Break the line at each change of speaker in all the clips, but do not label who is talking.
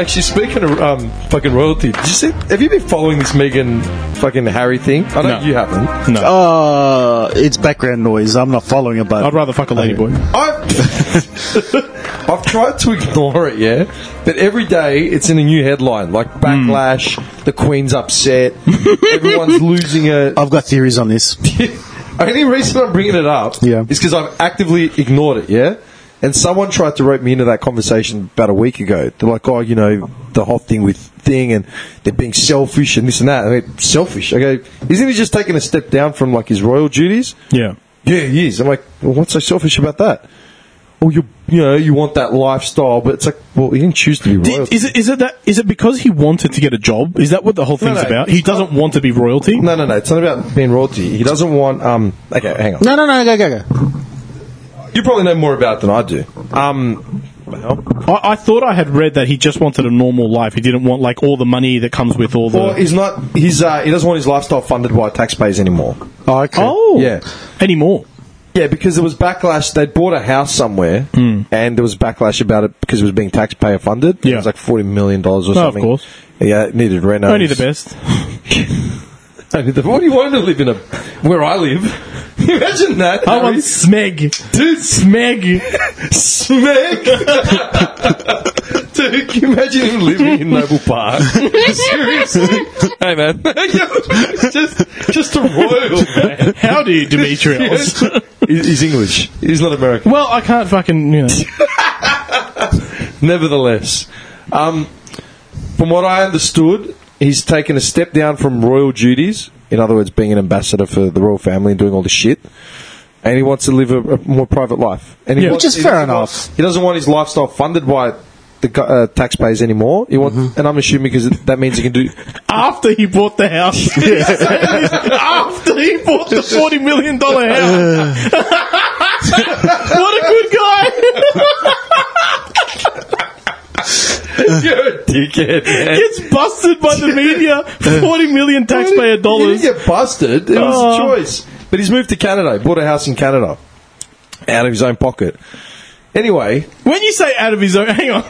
Actually, speaking of um, fucking royalty, did you see, have you been following this Megan fucking Harry thing? I know
No.
you haven't.
No.
Uh, it's background noise. I'm not following it, but
I'd rather fuck a ladyboy.
I've, I've tried to ignore it, yeah, but every day it's in a new headline, like backlash, the Queen's upset, everyone's losing it.
I've got theories on this.
only reason I'm bringing it up
Yeah.
is because I've actively ignored it, yeah? And someone tried to rope me into that conversation about a week ago. They're like, oh, you know, the whole thing with thing and they're being selfish and this and that. I go, selfish? I go, isn't he just taking a step down from like his royal duties?
Yeah.
Yeah, he is. I'm like, well, what's so selfish about that? Well, you you know, you want that lifestyle, but it's like, well, he didn't choose to be royal.
Is it is it that is it because he wanted to get a job? Is that what the whole thing's
no.
about? He doesn't want to be royalty.
no, no, no. It's not about being royalty. He doesn't want. Um. Okay, hang on.
No, no, no, go, go, go.
You probably know more about it than I do. Um. Well,
I, I thought I had read that he just wanted a normal life. He didn't want like all the money that comes with all the.
Well, he's not. He's uh, he doesn't want his lifestyle funded by taxpayers anymore.
Oh, okay.
oh
Yeah.
anymore.
Yeah, because there was backlash. They bought a house somewhere, and there was backlash about it because it was being taxpayer funded.
Hmm. Yeah.
it was like forty million dollars or
No, of
something.
course.
Yeah, it needed reno.
Only the best.
Only the- What do you want to live in a where I live? Imagine that.
I
Harry.
want smeg,
dude.
smeg.
Smeg. Dude, can you imagine him living in Noble Park? Seriously? hey, man. just, just a royal, man.
Howdy, Demetrius.
He's he's English. He's not American.
well, I can't fucking you know.
Nevertheless, um, from what I understood, he's taken a step down from royal duties. In other words, being an ambassador for the royal family and doing all this shit. And he wants to live a, a more private life. And he
Yeah.
wants-
Which is
he
fair
doesn't want-
enough.
he doesn't want his lifestyle funded by the go- uh, taxpayers anymore. He want, And I'm assuming because that means he can do.
After he bought the house, after he bought the forty million dollar house, what a good guy!
You're a dickhead, man.
Gets busted by the media, forty million taxpayer
He
dollars.
didn't get busted. It was a
Oh.
choice. But he's moved to Canada. He bought a house in Canada out of his own pocket. Anyway,
When you say out of his own, hang on.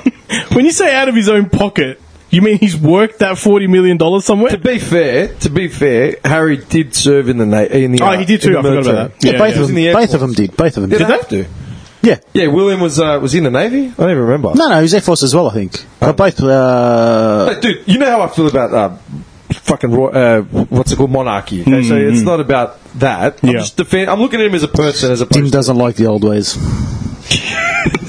When you say out of his own pocket, you mean he's worked that forty million dollars somewhere?
to be fair, to be fair, Harry did serve in the na- in the uh,
Oh, he did
in
too.
the
I forgot
military.
about that.
Yeah,
Yeah,
It
yeah.
both, Of them,
was in the
both of them did. Both of them did.
Did they have to?
Yeah.
Yeah, William was uh, was he in the navy. I don't even remember.
No, no, he was Air Force as well, I think. But both, uh,
Hey, dude, you know how I feel about uh, fucking ro- uh, what's it called monarchy. Okay, so it's not about that. I'm
Mm-hmm. Yeah.
just defend- I'm looking at him as a person, as a
Tim
person.
doesn't like the old ways.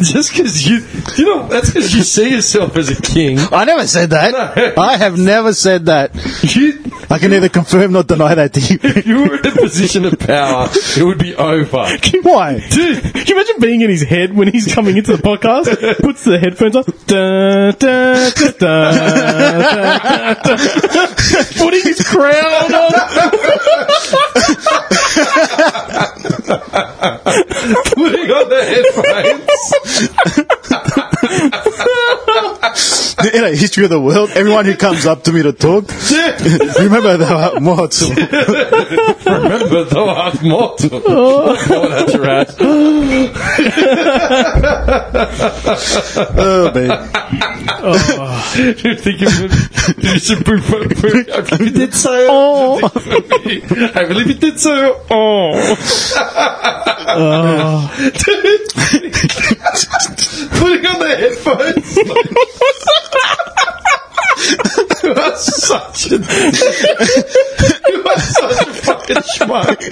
just because you, you know, that's because you see yourself as a king.
I never said that. I have never said that.
You,
I can neither confirm nor deny that to you.
if you were in a position of power, it would be over.
Why?
Dude, can you imagine being in his head when he's coming into the podcast? Puts the headphones on. Da, da, da, da, da, da. Putting his crown on.
Putting on the headphones.
In a history of the world, everyone who comes up to me to talk, remember the mods.
Remember the last mortal. Oh, that's right.
Oh, man.
you think it would- you should be- I believe you did so.
Oh.
I believe you did so. Oh. Putting on the headphones. you are such a. you are such a fucking schmuck.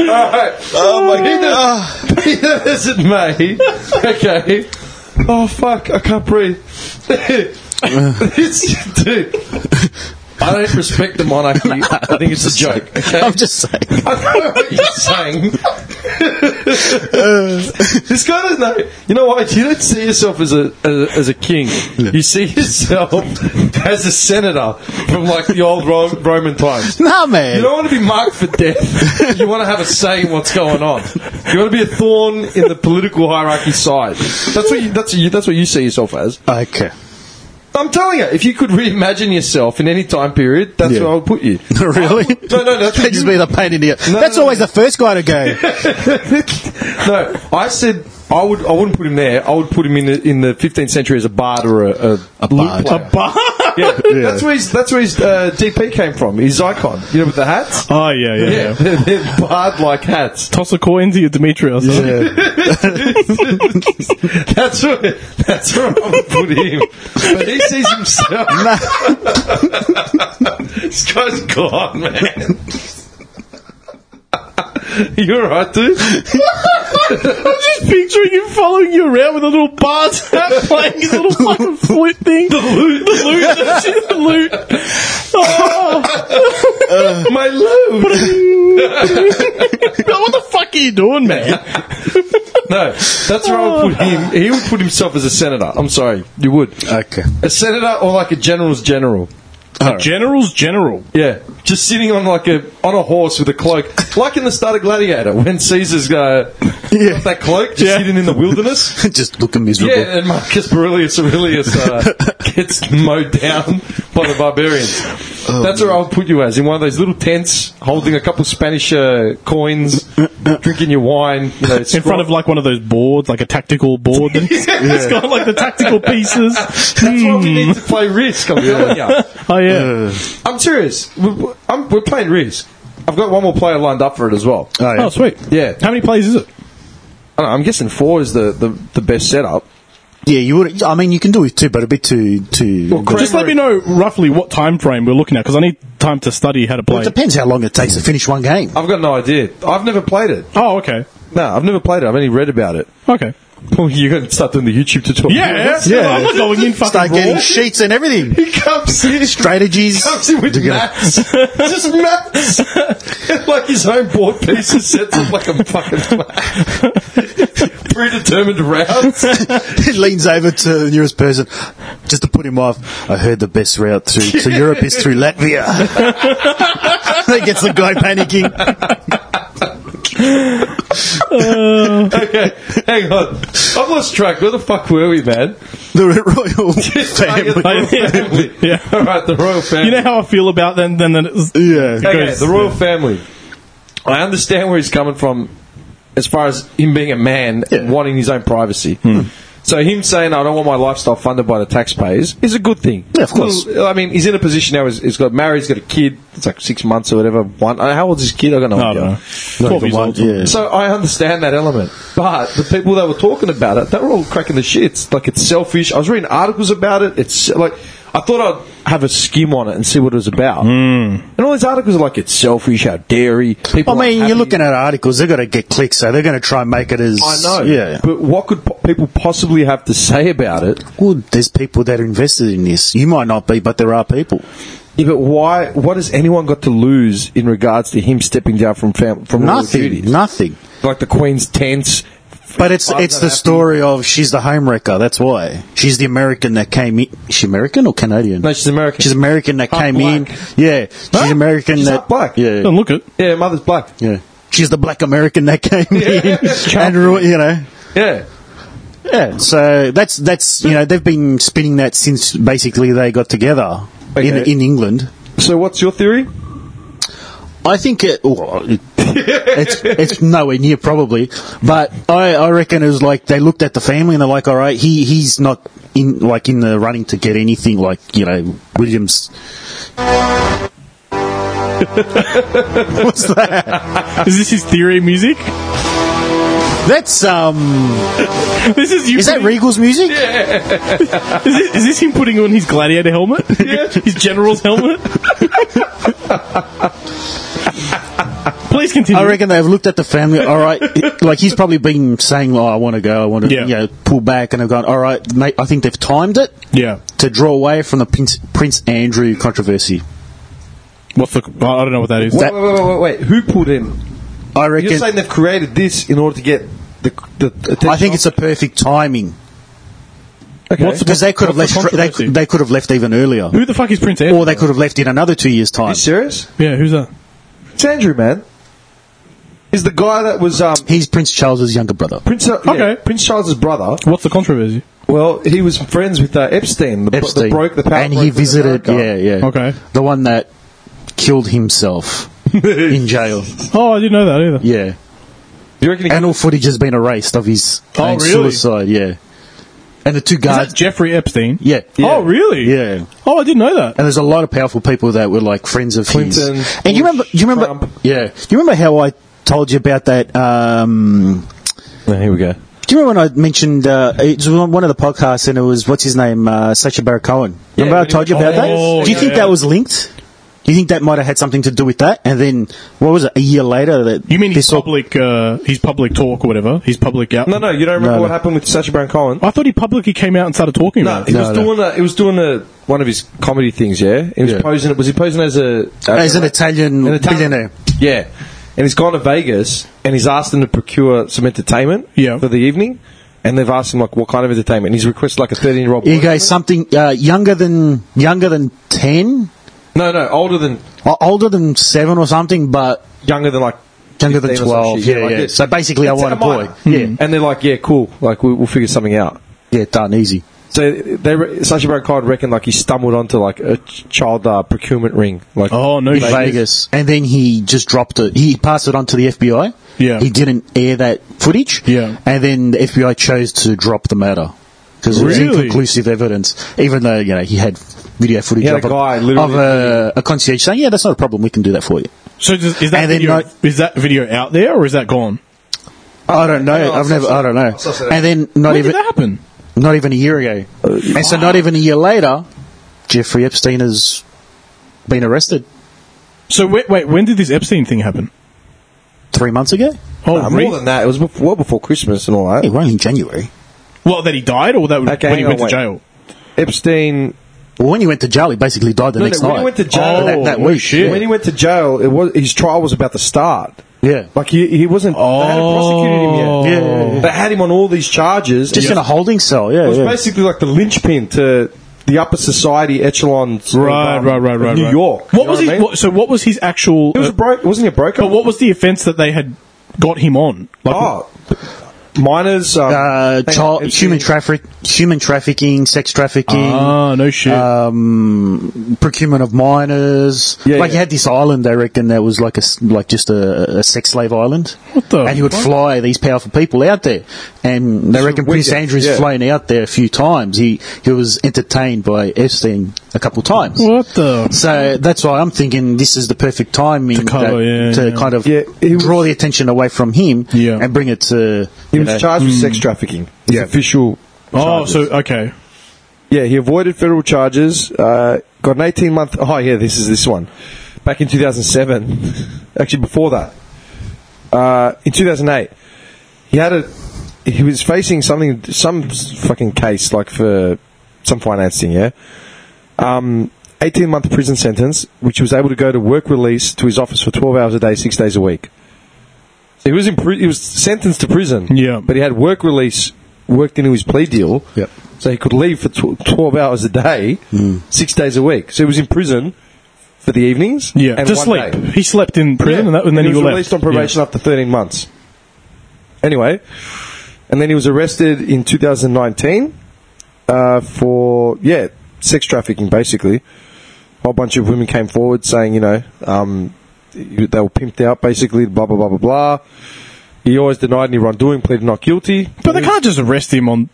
Alright. Oh my god. Be that as it may. Okay. Oh fuck, I can't breathe. It's- dude. I don't respect the monarchy. I think it's a joke. Okay?
I'm just saying.
I don't know what you're saying. this guy doesn't know. You know what? You don't see yourself as a as a, as a king. You see yourself as a senator from like the old Ro- Roman times.
Nah,
You
man.
don't want to be marked for death. You want to have a say in what's going on. You want to be a thorn in the political hierarchy side. That's what you, that's you, that's what you see yourself as.
Okay.
I'm telling you, if you could reimagine yourself in any time period, that's
Yeah.
where I would put you.
really?
Oh, No, no, that's
They
what
just
you,
be the pain in the.
No,
That's
no,
always the first guy to go.
no. I said I would. I wouldn't put him there. I would put him in the, in the 15th century as a bard or a, a,
bard.
player.
A bar.
Yeah. that's where his that's where his uh, DP came from. His icon, you know, with the hats.
Oh yeah, yeah, yeah.
they're, they're bard like hats.
Toss a coin to your Demetrius.
That's where that's where I would put him. But he sees himself. this guy's gone, man. You're right, dude.
just picturing him following you around with a little bar tap playing his little fucking flute thing. The loot, the loot, that's it, the loot. Oh,
My love.
what the fuck are you doing, man?
No, that's where I would put him. He would put himself as a senator. I'm sorry, you would
Okay.
a senator or like a general's general.
General's general.
Yeah, just sitting on like a on a horse with a cloak, like in the start of Gladiator when Caesar's uh,
Yeah.
got that cloak just
Yeah.
sitting in the wilderness.
Just looking miserable.
Yeah, and Marcus Aurelius Aurelius uh, gets mowed down by the barbarians. That's where I'll put you as in one of those little tents, holding a couple Spanish uh, coins, drinking your wine, you know,
In front of like one of those boards, like a tactical board. It's got like the tactical pieces.
That's why we need to play Risk. I'm telling ya.
Oh
Uh,
yeah.
I'm serious. We're, I'm, we're playing Risk. I've got one more player lined up for it as well.
Oh, yeah.
Oh sweet.
Yeah.
How many plays is it?
I don't know, I'm guessing four is the, the, the best setup.
Yeah, you would. I mean, you can do it too, but it'd be too too.
Well, cra-
Just let me know roughly what time frame we're looking at because I need time to study how to
Well,
play.
it depends how long it takes to finish one game.
I've got no idea. I've never played it.
Oh okay.
No, I've never played it. I've only read about it.
Okay.
Well, you're going to start doing the YouTube tutorial.
Yeah,
Yes.
yeah. I'm not going in fucking
Start
raw.
getting sheets and everything,
He comes in,
strategies.
comes in with
You're gonna-
maps. Just maps. like his own board pieces sets up like a fucking map. Predetermined routes.
He leans over to the nearest person just to put him off. I heard the best route through to Europe is through Latvia. that gets the guy panicking.
Okay, hang on. I've lost track. Where the fuck were we, man?
The royal family.
Royal family.
Yeah.
All right, the royal family.
You know how I feel about then. Then that it's-
Yeah.
Okay,
Goes-
the royal family. I understand where he's coming from as far as him being a man
Yeah.
and wanting his own privacy.
Hmm.
So him saying, I don't want my lifestyle funded by the taxpayers is a good thing.
Yeah, of course.
Well, I mean, he's in a position now, he's, he's got married, he's got a kid, it's like six months or whatever. One, uh, how old is his kid? I got no
I
idea.
don't know. Twelve years
one,
old.
yeah.
So I understand that element, but the people that were talking about it, they were all cracking the shits. Like it's selfish. I was reading articles about it. It's like I thought I'd have a skim on it and see what it was about.
Hmm.
Mm. And all these articles are like it's selfish. How dairy people.
I mean, you're looking at articles. They've got to get clicks, so they're going to try and make it as.
I know.
Yeah.
But what could po- people possibly have to say about it?
Well, there's people that are invested in this. You might not be, but there are people.
Yeah, but why? What has anyone got to lose in regards to him stepping down from fam- from royal
Nothing.
duties?
Nothing.
Like the Queen's tents.
But it's
Why
it's
does
the
that happen?
story of she's the homewrecker. That's why she's the American that came in. Is she American or Canadian?
No, she's American.
She's American that
Half
came in.
black.
Yeah, she's
Huh?
American
She's
that
half black.
Yeah,
Don't look it.
yeah, her mother's black.
yeah. She's the black American that came in, and ru- you know,
Yeah.
yeah. So that's that's you know they've been spinning that since basically they got together in
Okay.
in England.
So what's your theory?
I think it, well, it- it's, it's nowhere near probably, but I, I reckon it was like they looked at the family and they're like, all right, he he's not in like in the running to get anything like you know Williams. What's that?
Is this his theory music?
That's um.
This is you.
Is that
putting-
Regal's music?
Is this, is this him putting on his gladiator helmet? his general's helmet? Please continue.
I reckon they've looked at the family. All right, like he's probably been saying, "Oh, I want to go. I want to,
Yeah.
you know, pull back," and they've gone, "All right, mate. I think they've timed it
yeah.
to draw away from the Prince, Prince Andrew controversy."
What's the. I I don't know what that is.
That-
wait, wait, wait, wait, wait. Who put in?
I reckon.
You're saying they've created this in order to get the the. Attention
I think it's a perfect timing
okay.
What's the-
because they could have
What's
left.
the
They,
controversy?
they could have left even earlier,
Who the fuck is Prince Andrew?
or they could have left in another two years'
Are
time.
you serious?
yeah, who's that?
It's Andrew, man. Is the guy that was um,
He's Prince Charles's younger brother.
Prince? Uh, yeah,
Okay.
Prince Charles's brother.
What's the controversy?
Well, he was friends with uh, Epstein, the, bro-
Epstein.
the broke the power.
and he
broker in
visited. Yeah,
America.
yeah.
Okay.
The one that killed himself in jail.
Oh, I didn't know that either.
Yeah.
Do you reckon? He,
Anal footage has been erased of his
Oh,
own
really?
suicide. Yeah, and the two
Is that
guards.
Jeffrey Epstein?
yeah, yeah.
Oh, really?
Yeah.
Oh, I didn't know that.
And there's a lot of powerful people that were like friends of
Clinton,
his. And you
Bush,
remember? You remember?
Trump.
Yeah. Do you remember how I told you about that? Um,
Oh, here we go.
do you remember when I mentioned uh, it was on one of the podcasts and it was what's his name, uh, Sacha Baron Cohen? Remember I told you about
Oh,
that? Do you
yeah,
think
yeah.
that was linked? Do you think that might have had something to do with that? And then what was it? A year later, that
You mean his
this all-
public, uh, his public talk or whatever? His public out.
No, no, you don't remember
No,
what
no.
happened with Sacha Baron Cohen?
I thought he publicly came out and started talking
No,
about
he
it.
was
No, no.
doing a, he was doing a, one of his comedy things. Yeah, he was
Yeah.
posing. Was he posing as a
uh, as an Italian,
An Italian-
billionaire?
Yeah, and he's gone to Vegas and he's asked them to procure some entertainment.
Yeah.
for the evening, and they've asked him like what kind of entertainment. And he's requested like a thirteen year old.
You go something uh, younger than younger than ten,
No, no, older than
or older than seven or something, but
younger than like
younger
15
than
or some
twelve.
shit,
Yeah,
like
yeah.
this.
So basically, I
It's
want a
at mine.
boy. Hmm. Yeah,
and they're like, yeah, cool. Like we, we'll figure something out.
yeah, done easy.
So they, re- Sacha Baron Cohen reckoned like he stumbled onto like a ch- child uh, procurement ring. Like
Oh no,
Vegas.
shit.
And then he just dropped it. He passed it on to the FBI.
Yeah.
He didn't air that footage.
Yeah.
And then the FBI chose to drop the matter because it was
Really?
inconclusive evidence, even though, you know, he had video footage
He had
of,
a guy
of
literally-
a, a concierge saying, yeah, that's not a problem. We can do that for you.
So does, is that
And then
video,
no-
is that video out there or is that gone?
I don't know.
I know, I
I've
saw
never,
that.
I don't
I saw
know.
that.
And then not
When
even,
did that happen?
not even a year ago. and so not even a year later, Jeffrey Epstein has been arrested
So wait, wait, when did this Epstein thing happen?
three months ago.
Oh,
Nah,
re-
more than that, it was before, well before Christmas and all that.
Hey, we're only in January.
well, that he died or that
Okay,
when he
hang
went
on,
to jail?
Epstein
Well, when he went to jail, he basically died the
No,
next
no, when
night.
he went to jail-
Oh, that, that
Oh,
week.
shit.
when he went to jail, it was his trial was about to start.
Yeah.
Like he, he wasn't. They hadn't
Oh.
prosecuted him yet.
Yeah, yeah, yeah.
They had him on all these charges.
Just in a holding cell, yeah.
it was
yeah.
basically like the linchpin to the upper society echelons. of,
Right,
um,
right, right,
of
right.
New
right.
York.
What
You know
was
I
his?
mean?
What, so what was his actual?
He was
uh,
a broke. Wasn't he a broker?
but what was the offence that they had got him on? Like,
Oh, minors. Um,
Uh,
hang on,
child,
it's-
human traffic, human trafficking, sex trafficking,
ah, no shit.
Uh,
um, procurement of minors.
Yeah,
like
yeah.
he had this island, I reckon, that was like a s- like just a, a sex slave island.
What the
And he would
fuck?
fly these powerful people out there, and they
Just
reckon
a
Prince
weekend,
Andrew's
yeah.
flown out there a few times. He he was entertained by Epstein a couple times.
what the?
So that's why I'm thinking this is the perfect timing to,
cover, yeah,
to
yeah.
kind of
Yeah, he was-
draw the attention away from him
Yeah.
and bring it to.
He
you
was
know,
charged
Hmm.
with sex trafficking. His
Yeah.
official.
Oh,
charges.
so okay.
Yeah, he avoided federal charges. Uh, got an eighteen month. Oh, yeah, this is this one. Back in two thousand seven, actually before that, uh, in two thousand eight, he had a. He was facing something, some fucking case like for some financing. Yeah, um, eighteen month prison sentence, which he was able to go to work release to his office for twelve hours a day, six days a week. So he was in. Pri- he was sentenced to prison.
Yeah.
but he had work release worked into his plea deal.
Yep.
So he could leave for tw- 12 hours a day,
Hmm.
six days a week. So he was in prison for the evenings.
Yeah,
and
just
one
sleep.
day.
He slept in prison,
Yeah.
and, that, and then he,
was
left.
released on probation after 13 months. Anyway, and then he was arrested in 2019 uh, for, yeah, sex trafficking, basically. A whole bunch of women came forward saying, you know, um, they were pimped out, basically, blah, blah, blah, blah, blah. He always denied any wrongdoing, pleaded not guilty.
But they can't just arrest him on.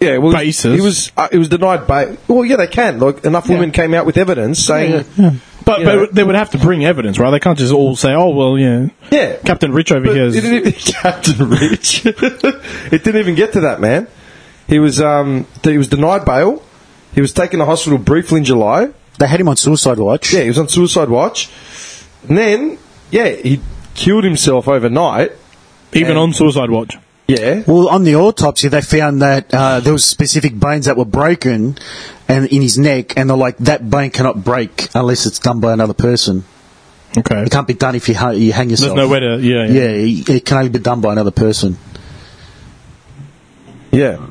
Yeah, well,
basis.
He was uh, it was denied by. Well, yeah, they can. Like enough women came out with evidence saying, yeah,
But,
Yeah.
but they would have to bring evidence, right? They can't just all say, "Oh well, yeah, Captain Rich over
But
here."
it
Is,
didn't even, Captain Rich. it didn't even get to that man. He was um th- he was denied bail. He was taken to hospital briefly in July.
They had him on suicide watch.
Yeah, he was on suicide watch. And then yeah, he killed himself overnight.
even on suicide watch.
Yeah.
Well, on the autopsy, they found that uh, there was specific bones that were broken, and in his neck, and they're like that bone cannot break unless it's done by another person.
Okay.
It can't be done if you, ha- you hang
There's
yourself.
no way to. Yeah.
Yeah, it, it can only be done by another person.
Yeah.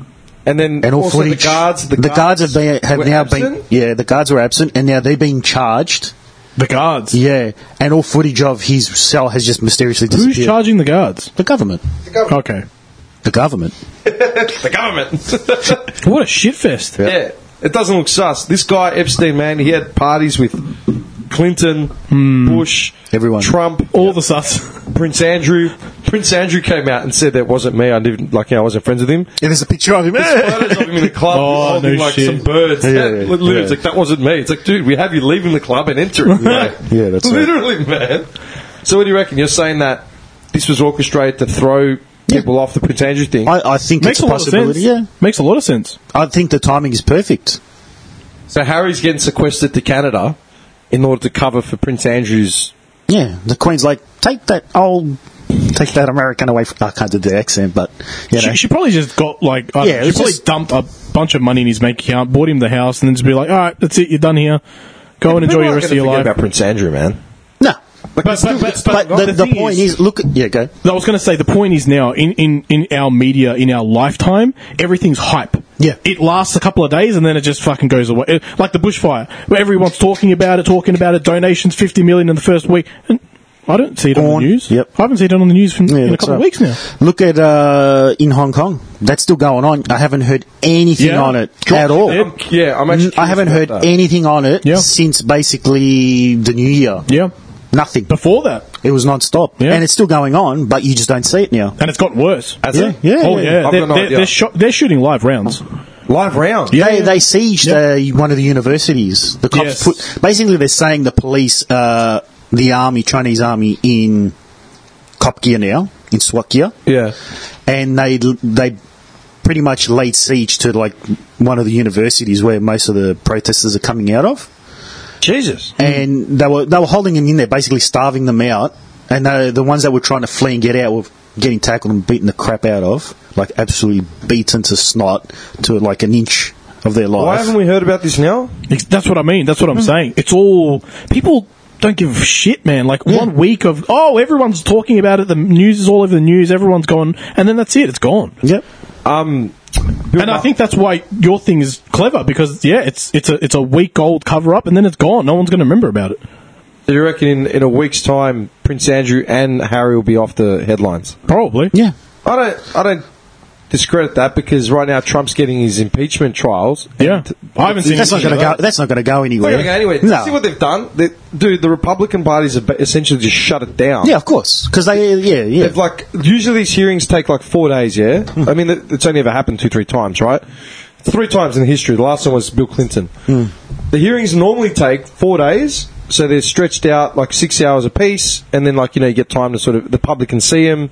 And then
and all
also
footage.
the guards. The,
guards, have been have
were
now been
absent.
yeah. The guards were absent, and now they've been charged.
The guards.
Yeah, and all footage of his cell has just mysteriously disappeared.
Who's charging the guards?
The government.
Okay.
The government.
the government.
What a shitfest.
Yeah. It doesn't look sus. This guy, Epstein, man, he had parties with Clinton, Bush,
Hmm. Everyone.
Trump,
All the sus.
Prince Andrew, Prince Andrew came out and said that wasn't me. I didn't like you know, I wasn't friends with him.
Yeah, there's a picture of him.
Photos of him in the club
Oh,
holding
no
like
shit.
some birds.
Yeah, yeah,
That- literally, it's like that wasn't me. It's like, dude, we have you leaving the club and entering. Right.
Yeah, that's right.
literally, man. So what do you reckon? You're saying that this was orchestrated to throw people off the Prince Andrew thing?
I, I think
Makes a
it's a
lot of sense.
possibility. Yeah,
Makes a lot of sense.
I think the timing is perfect.
so Harry's getting sequestered to Canada in order to cover for Prince Andrew's
Yeah, the Queen's like, take that old, take that American away from. I can't do the accent, but you know,
She, she probably just got like I
Yeah,
yeah,
it
she
was
probably
just-
dumped a bunch of money in his bank account, bought him the house, and then just be like, all right, that's it, you're done here. Go and enjoy
People
your
aren't
rest of
gonna
your
forget
life.
about Prince Andrew, man.
no.
But, but, but, but,
But, the, the,
thing
point is, look, yeah, go.
I was going to say the point is now in, in, in our media in our lifetime everything's hype.
Yeah.
it lasts a couple of days and then it just fucking goes away, It- like the bushfire. Where everyone's talking about it, talking about it. Donations fifty million in the first week. And I don't see it on,
On-
the news.
yep.
I haven't seen it on the news from,
Yeah,
in a
that's
couple of
right.
weeks now.
Look at uh, in Hong Kong, that's still going on. I haven't heard anything
Yeah.
on it
Drop
at all.
dead.
I'm- yeah, I'm actually.
Mm, I haven't heard
curious about that.
anything on it
Yeah.
since basically the New Year.
Yeah,
Nothing.
before that,
It was non-stop,
Yeah.
and it's still going on, but you just don't see it now.
and it's gotten worse.
Has it?
Yeah,
oh
yeah.
yeah,
I've
they're,
got no
they're,
idea.
they're, shot, they're shooting live rounds.
Live round.
They, they sieged uh, one of the universities. The cops
Yes.
put basically they're saying the police, uh, the army, Chinese army in cop gear now in SWAT gear,
Yeah.
and they they pretty much laid siege to like one of the universities where most of the protesters are coming out of.
Jesus.
and they were they were holding them in there, basically starving them out. And they, the ones that were trying to flee and get out were getting tackled and beaten the crap out of, like absolutely beaten to snot to like an inch of their
Why
life.
haven't we heard about this now?
Ex- That's what I mean. That's what
Hmm.
I'm saying. It's all people don't give a shit, man. Like one week of oh, everyone's talking about it. The news is all over the news. Everyone's gone, and then that's it. It's gone.
Yep.
Um,
And I think that's why your thing is clever because yeah, it's it's a it's a week old cover up, and then it's gone. No one's going to remember about it.
do you reckon in, in a week's time, Prince Andrew and Harry will be off the headlines?
Probably.
Yeah.
I don't. I don't discredit that because right now Trump's getting his impeachment trials. and
Yeah. I haven't seen
That's not
anything
going to go.
about
That's not going to go
It's not
anywhere.
going to go anywhere. See what
No.
they've done? They, dude, the Republican Party's ab- essentially just shut it down.
Yeah, of course. Because they. Yeah, yeah.
They've like usually these hearings take like four days. Yeah, I mean it- it's only ever happened two, three times, right? Three times in history. The last one was Bill Clinton. The hearings normally take four days, so they're stretched out like six hours apiece, and then like you know you get time to sort of the public can see them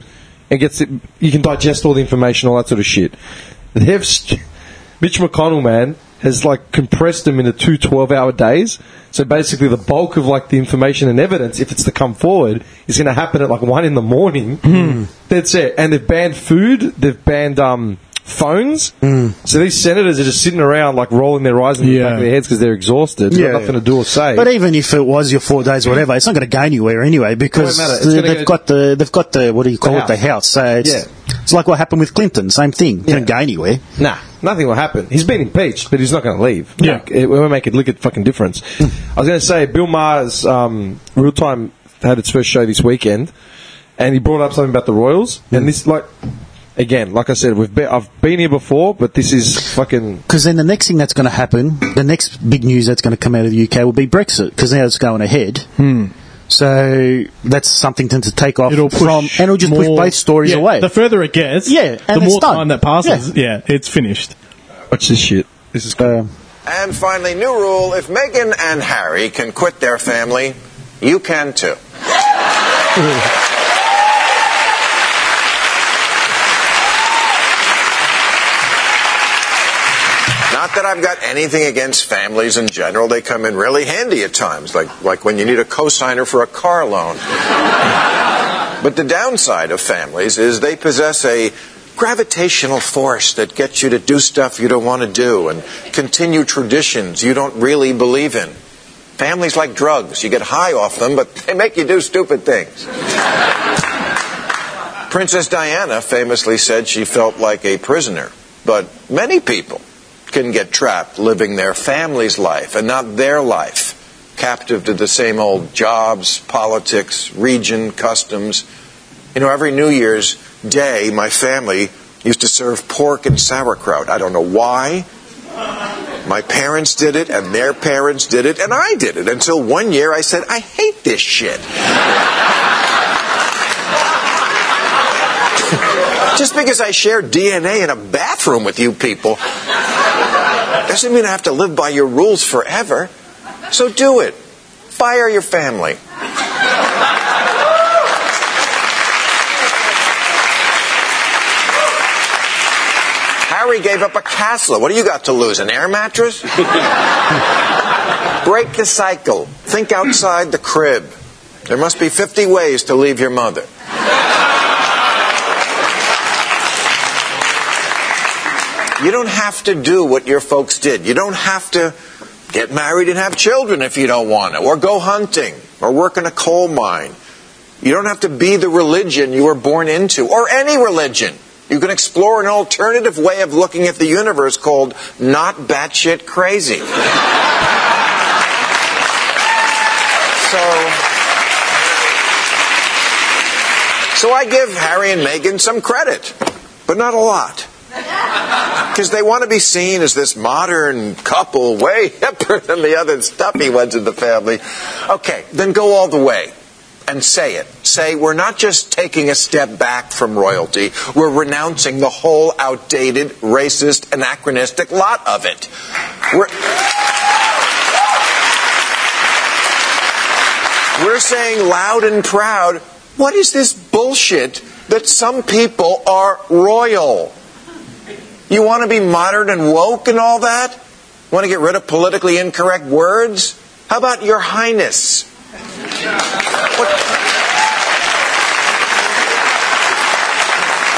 and gets it, you can digest all the information, all that sort of shit. E They've st- Mitch McConnell, man, has like compressed them into two 12 hour days. So basically, the bulk of like the information and evidence, if it's to come forward, is going to happen at like one in the morning. That's it. And they've banned food. They've banned um, phones. So these senators are just sitting around like rolling their eyes in the back
Yeah.
of their heads because they're exhausted. Yeah,
Yeah,
nothing
yeah.
to do or say.
But even if it was your four days, or whatever, it's not going to go anywhere anyway because
matter. It's
the-
gonna
they've
go-
got the they've got the what do you call
The
it the house. So it's
Yeah.
it's like what happened with Clinton. Same thing. Didn't
Yeah.
go anywhere.
Nah, nothing will happen. He's been impeached, but he's not going to leave.
Yeah.
Like, it, it won't make a lick of fucking difference. I was going to say, Bill Maher's um, Real Time had its first show this weekend, and he brought up something about the Royals. And this, like, again, like I said, we've be- I've been here before, but this is fucking.
Because then the next thing that's going to happen, the next big news that's going to come out of the UK will be Brexit, because now it's going ahead. So that's something to, to take off
It'll push
from, and Hmm. it'll just push
more-
both stories
Yeah,
away.
The further it gets,
Yeah,
the
and it's
more
done.
time that passes, yeah. it's finished.
Watch this shit. This is cool.
Um,
And finally, new rule if Meghan and Harry can quit their family, you can too. Not that I've got anything against families in general. They come in really handy at times, like, like when you need a cosigner for a car loan. But the downside of families is they possess a gravitational force that gets you to do stuff you don't want to do and continue traditions you don't really believe in. Families like drugs. You get high off them, but they make you do stupid things. Princess Diana famously said she felt like a prisoner, but many people can get trapped living their family's life and not their life, captive to the same old jobs, politics, region, customs. You know, every New Year's Day, my family used to serve pork and sauerkraut. I don't know why. My parents did it, and their parents did it, and I did it until one year I said, I hate this shit. Just because I share DNA in a bathroom with you people doesn't mean I have to live by your rules forever. So do it. Fire your family. Harry gave up a castle. What do you got to lose? An air mattress? Break the cycle. Think outside the crib. There must be 50 ways to leave your mother. You don't have to do what your folks did. You don't have to get married and have children if you don't want to, or go hunting, or work in a coal mine. You don't have to be the religion you were born into, or any religion. You can explore an alternative way of looking at the universe called not batshit crazy. so. So I give Harry and Meghan some credit, but not a lot. Because they want to be seen as this modern couple, way hipper than the other stuffy ones in the family. Okay, then go all the way and say it. Say, we're not just taking a step back from royalty, we're renouncing the whole outdated, racist, anachronistic lot of it. We're. We're saying loud and proud, what is this bullshit that some people are royal? You want to be modern and woke and all that? Want to get rid of politically incorrect words? How about Your Highness? What,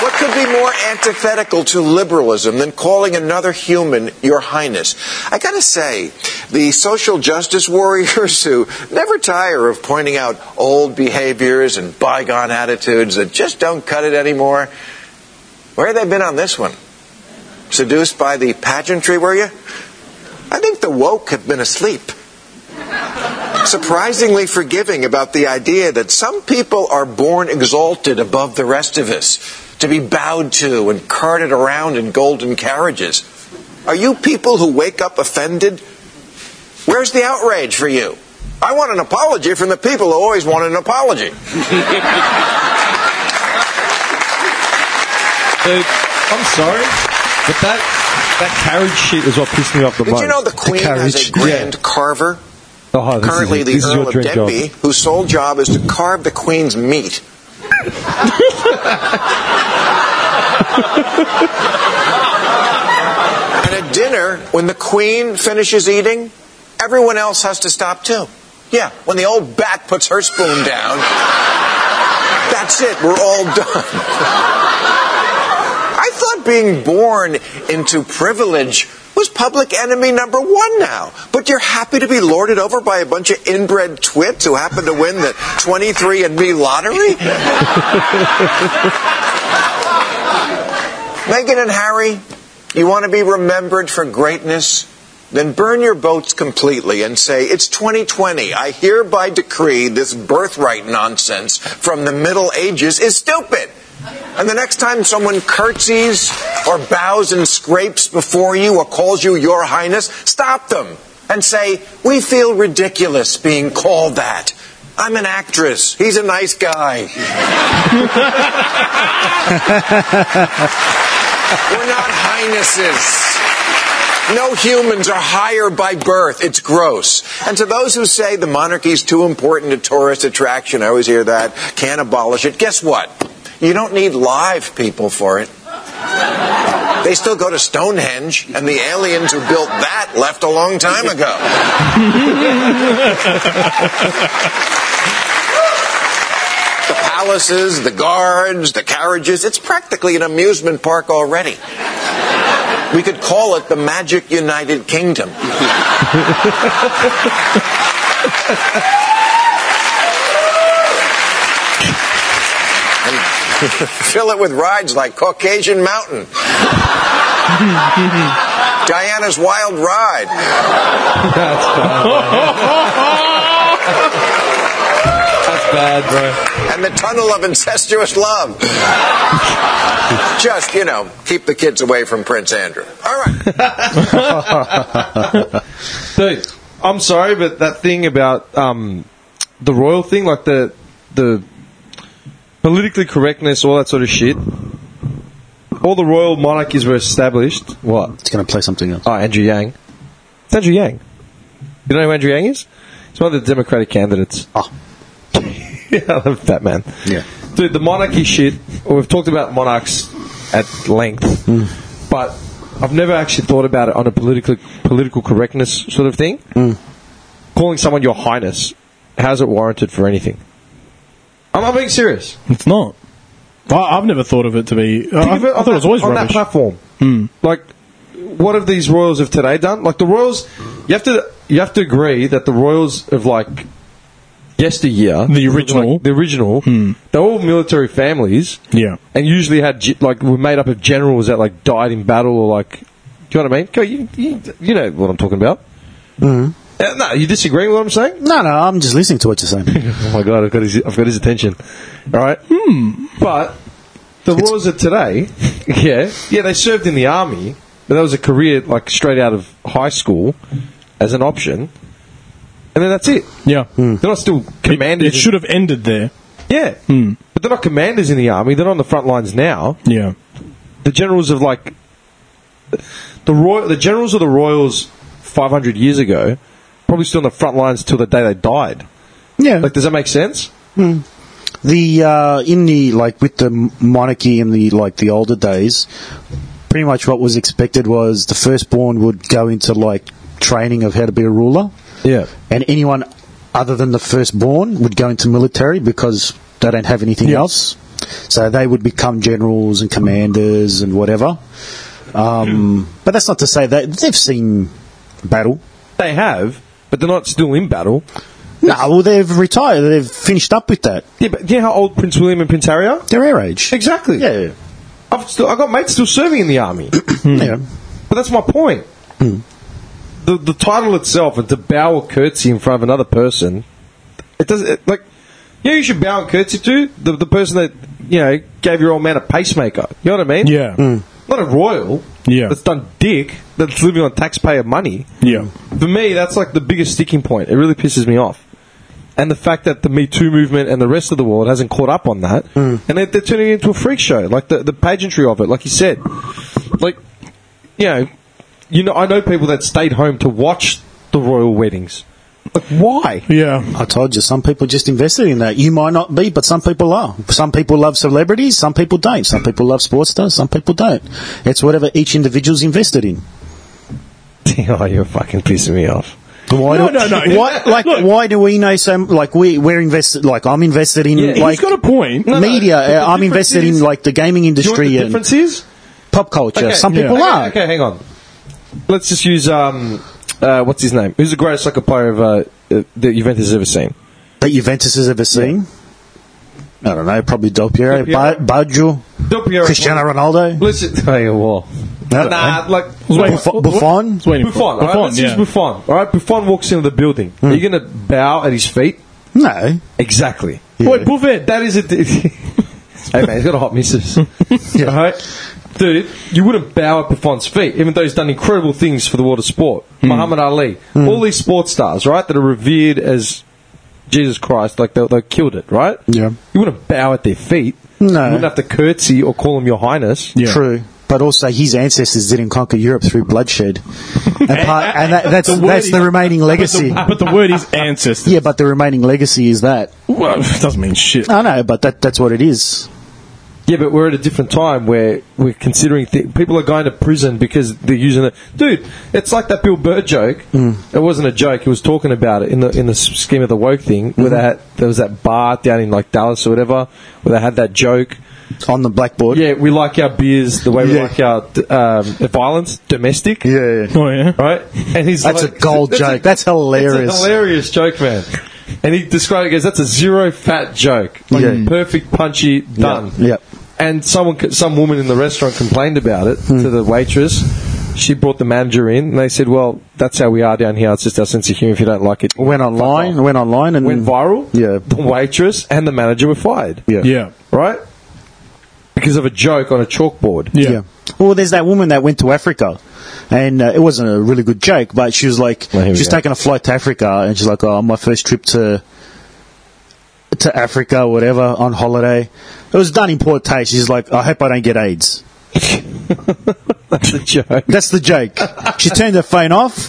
what could be more antithetical to liberalism than calling another human Your Highness? I gotta say, the social justice warriors who never tire of pointing out old behaviors and bygone attitudes that just don't cut it anymore, where have they been on this one? Seduced by the pageantry, were you? I think the woke have been asleep surprisingly forgiving about the idea that some people are born exalted above the rest of us, to be bowed to and carted around in golden carriages. Are you people who wake up offended? Where's the outrage for you? I want an apology from the people who always want an apology.
Dude, I'm sorry, but that that carriage shit is what pissed me off the
Did
most.
you know the Queen has
carriage,
a grand carver?
Oh, hi, this is
Currently,
it.
the
This is
Earl
your
of
dream job.
Denby, whose sole job is to carve the Queen's meat. and at dinner, when the Queen finishes eating, everyone else has to stop too. Yeah, when the old bat puts her spoon down, that's it, we're all done. I thought being born into privilege was public enemy number one now. But you're happy to be lorded over by a bunch of inbred twits who happen to win the 23andMe lottery? Meghan and Harry, you want to be remembered for greatness? Then burn your boats completely and say, It's 2020. I hereby decree this birthright nonsense from the Middle Ages is stupid. And the next time someone curtsies or bows and scrapes before you or calls you Your Highness, stop them and say, We feel ridiculous being called that. I'm an actress. He's a nice guy. We're not highnesses. No humans are higher by birth. It's gross. And to those who say the monarchy's too important a tourist attraction, I always hear that, can't abolish it, guess what? You don't need live people for it. They still go to Stonehenge, and the aliens who built that left a long time ago. the palaces, the guards, the carriages. It's practically an amusement park already. We could call it the Magic United Kingdom. And fill it with rides like Caucasian Mountain. Diana's Wild Ride.
That's bad. That's bad, bro.
and the tunnel of incestuous love. Just, you know, keep the kids away from Prince Andrew. All right.
Dude, I'm sorry, but that thing about um, the royal thing, like the the politically correctness, all that sort of shit. all the royal monarchies were established. What?
It's going to play something else.
Oh, Andrew Yang. It's Andrew Yang. You know who Andrew Yang is? He's one of the Democratic candidates.
Oh,
yeah, I love that man.
yeah.
Dude, the monarchy shit. We've talked about monarchs at length,
Hmm.
but I've never actually thought about it on a political political correctness sort of thing.
Hmm.
Calling someone your highness, how's it warranted for anything? I'm not being serious.
It's not. I, I've never thought of it to be. I, I
Think of on
thought it was
that-
always
on
rubbish. Hmm.
that platform. Like, what have these royals of today done? Like the royals, you have to you have to agree that the royals of like yesteryear,
The original. Hmm.
like, the original, they're all military families.
yeah.
and usually had ge- like were made up of generals that like died in battle or like do you know what I mean? Go, you, you, you know what I'm talking about. Mm-hmm. no, you disagreeing with what I'm saying?
No, no, I'm just listening to what you're saying.
Oh my god, I've got his I've got his attention. All right,
Hmm.
but the royals of today, yeah, yeah, they served in the army, but that was a career like straight out of high school as an option, and then that's it.
Yeah.
Hmm.
They're not still
Hmm. It,
commanders.
it should Hmm. have ended there.
yeah, but they're not commanders in the army. They're on the front lines now.
Yeah.
the generals of like the royal, the generals of the royals 500 years ago probably still on the front lines till the day they died.
yeah.
Like, does that make sense?
The uh, in the like with the monarchy in the like the older days, pretty much what was expected was the firstborn would go into like training of how to be a ruler,
Yeah.
and anyone other than the firstborn would go into military because they don't have anything else. So they would become generals and commanders and whatever. Um, but that's not to say that they've seen battle.
They have, but they're not still in battle.
No, well they've retired. They've finished up with that.
Yeah, but do you know how old Prince William and Prince Harry are?
They're our age.
Exactly.
Yeah.
I've still, I've got mates still serving in the army.
Yeah.
But that's my point.
Hmm.
The the title itself and to bow or curtsy in front of another person, it does it, like yeah, you should bow and curtsy to the the person that you know gave your old man a pacemaker. You know what I mean?
Yeah.
Not a royal.
Yeah.
That's done dick. That's living on taxpayer money.
Yeah.
For me, that's like the biggest sticking point. It really pisses me off. And the fact that the Me Too movement and the rest of the world hasn't caught up on that, and they're, they're turning it into a freak show, like the, the pageantry of it, like you said, like you know, you know, I know people that stayed home to watch the royal weddings. Like why?
Yeah.
I told you, some people just invested in that. You might not be, but some people are. Some people love celebrities, some people don't. Some people love sports stars, some people don't. It's whatever each individual's invested in.
oh, you're fucking pissing me off.
Why
No,
do,
no, no.
Why, like,
Look.
why do we know so? m- Like, we we're invested. Like, I'm invested in
Yeah,
like
He's got a point.
no,
media.
but the
uh, I'm
difference
invested
is-
in like the gaming
Do you know what
industry
the
and
difference is?
pop culture.
Okay,
Some
yeah.
people
okay,
are.
Okay, hang on. Let's just use um, uh, what's his name? Who's the greatest soccer player of uh, uh, that Juventus has ever seen?
That Juventus has ever seen. I don't know. Probably Del Piero,
Del Piero.
Ba- Baggio,
Del Piero.
Cristiano Ronaldo, eh?
Listen, oh, yeah, well,
No,
nah,
no.
like
Buffon. Buffon.
He's waiting
Buffon.
for
All right, let's use Buffon. All right, Buffon walks into the building.
Hmm.
Are you going to bow at his feet?
No.
Exactly.
Yeah.
Wait, Buffet.
That is a. d- hey man, he's got a hot missus. All right, dude, you wouldn't bow at Buffon's feet, even though he's done incredible things for the world of sport.
Hmm.
Muhammad Ali, all these sports stars, right, that are revered as Jesus Christ, like they, they killed it, right?
Yeah.
You wouldn't bow at their feet.
No.
You wouldn't have to curtsy or call him your highness.
Yeah.
True. But also, his ancestors didn't conquer Europe through bloodshed, and, part, and that, that's
The word
that's
is-
the remaining legacy.
But the word is ancestor.
yeah, but the remaining legacy is that.
Well, it doesn't mean shit.
I know, but that that's what it is.
Yeah, but we're at a different time where we're considering th- people are going to prison because they're using it. Dude, it's like that Bill Burr joke.
Mm.
It wasn't a joke. He was talking about it in the in the s- scheme of the woke thing. Where
Mm-hmm.
they had, there was that bar down in like Dallas or whatever, where they had that joke.
On the blackboard.
Yeah, we like our beers the way we
Yeah.
like our d- um, violence, domestic.
Yeah.
Oh yeah.
Right? And he's
That's
like-
a gold joke. That's hilarious.
It's a hilarious joke, man. And he described it as that's a zero fat joke. Like
Yeah.
perfect, punchy, done.
Yep.
And someone, co- some woman in the restaurant complained about it
Hmm.
to the waitress. She brought the manager in, and they said, "Well, that's how we are down here. It's just our sense of humor. If you don't like it,
Went online. Went online and
went viral.
Hmm. Yeah.
the waitress and the manager were fired.
Yeah.
Yeah.
right, because of a joke on a chalkboard.
Yeah.
Well, there's that woman that went to Africa, and uh, it wasn't a really good joke, but she was like,
Well, here we
she's
go.
taking a flight to Africa, and she's like, oh, my first trip to to Africa, or whatever, on holiday. It was done in poor taste. She's like, I hope I don't get AIDS.
That's a joke.
That's the joke. She turned her phone off.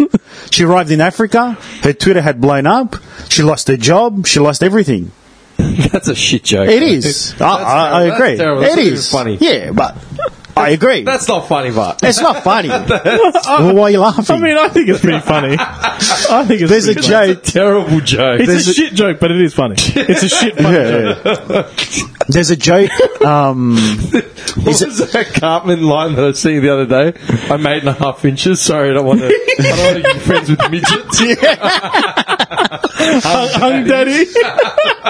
She arrived in Africa. Her Twitter had blown up. She lost her job. She lost everything.
That's a shit joke.
It is. I, I, I
terrible.
agree.
That's terrible.
It
That's not
is
even funny.
Yeah, but I agree.
That's not funny, but
it's not funny. well, why are you laughing?
I mean, I think it's pretty funny. I think it's
There's a
pretty
joke.
terrible joke.
Funny. It's a, shit joke, but it is funny. It's a shit funny
Yeah,
joke.
yeah. There's a joke. Um,
What was that Cartman line that I seen the other day? I'm eight and a half inches. Sorry, I don't want to. I don't want to be friends with midgets.
Hung, hung daddy.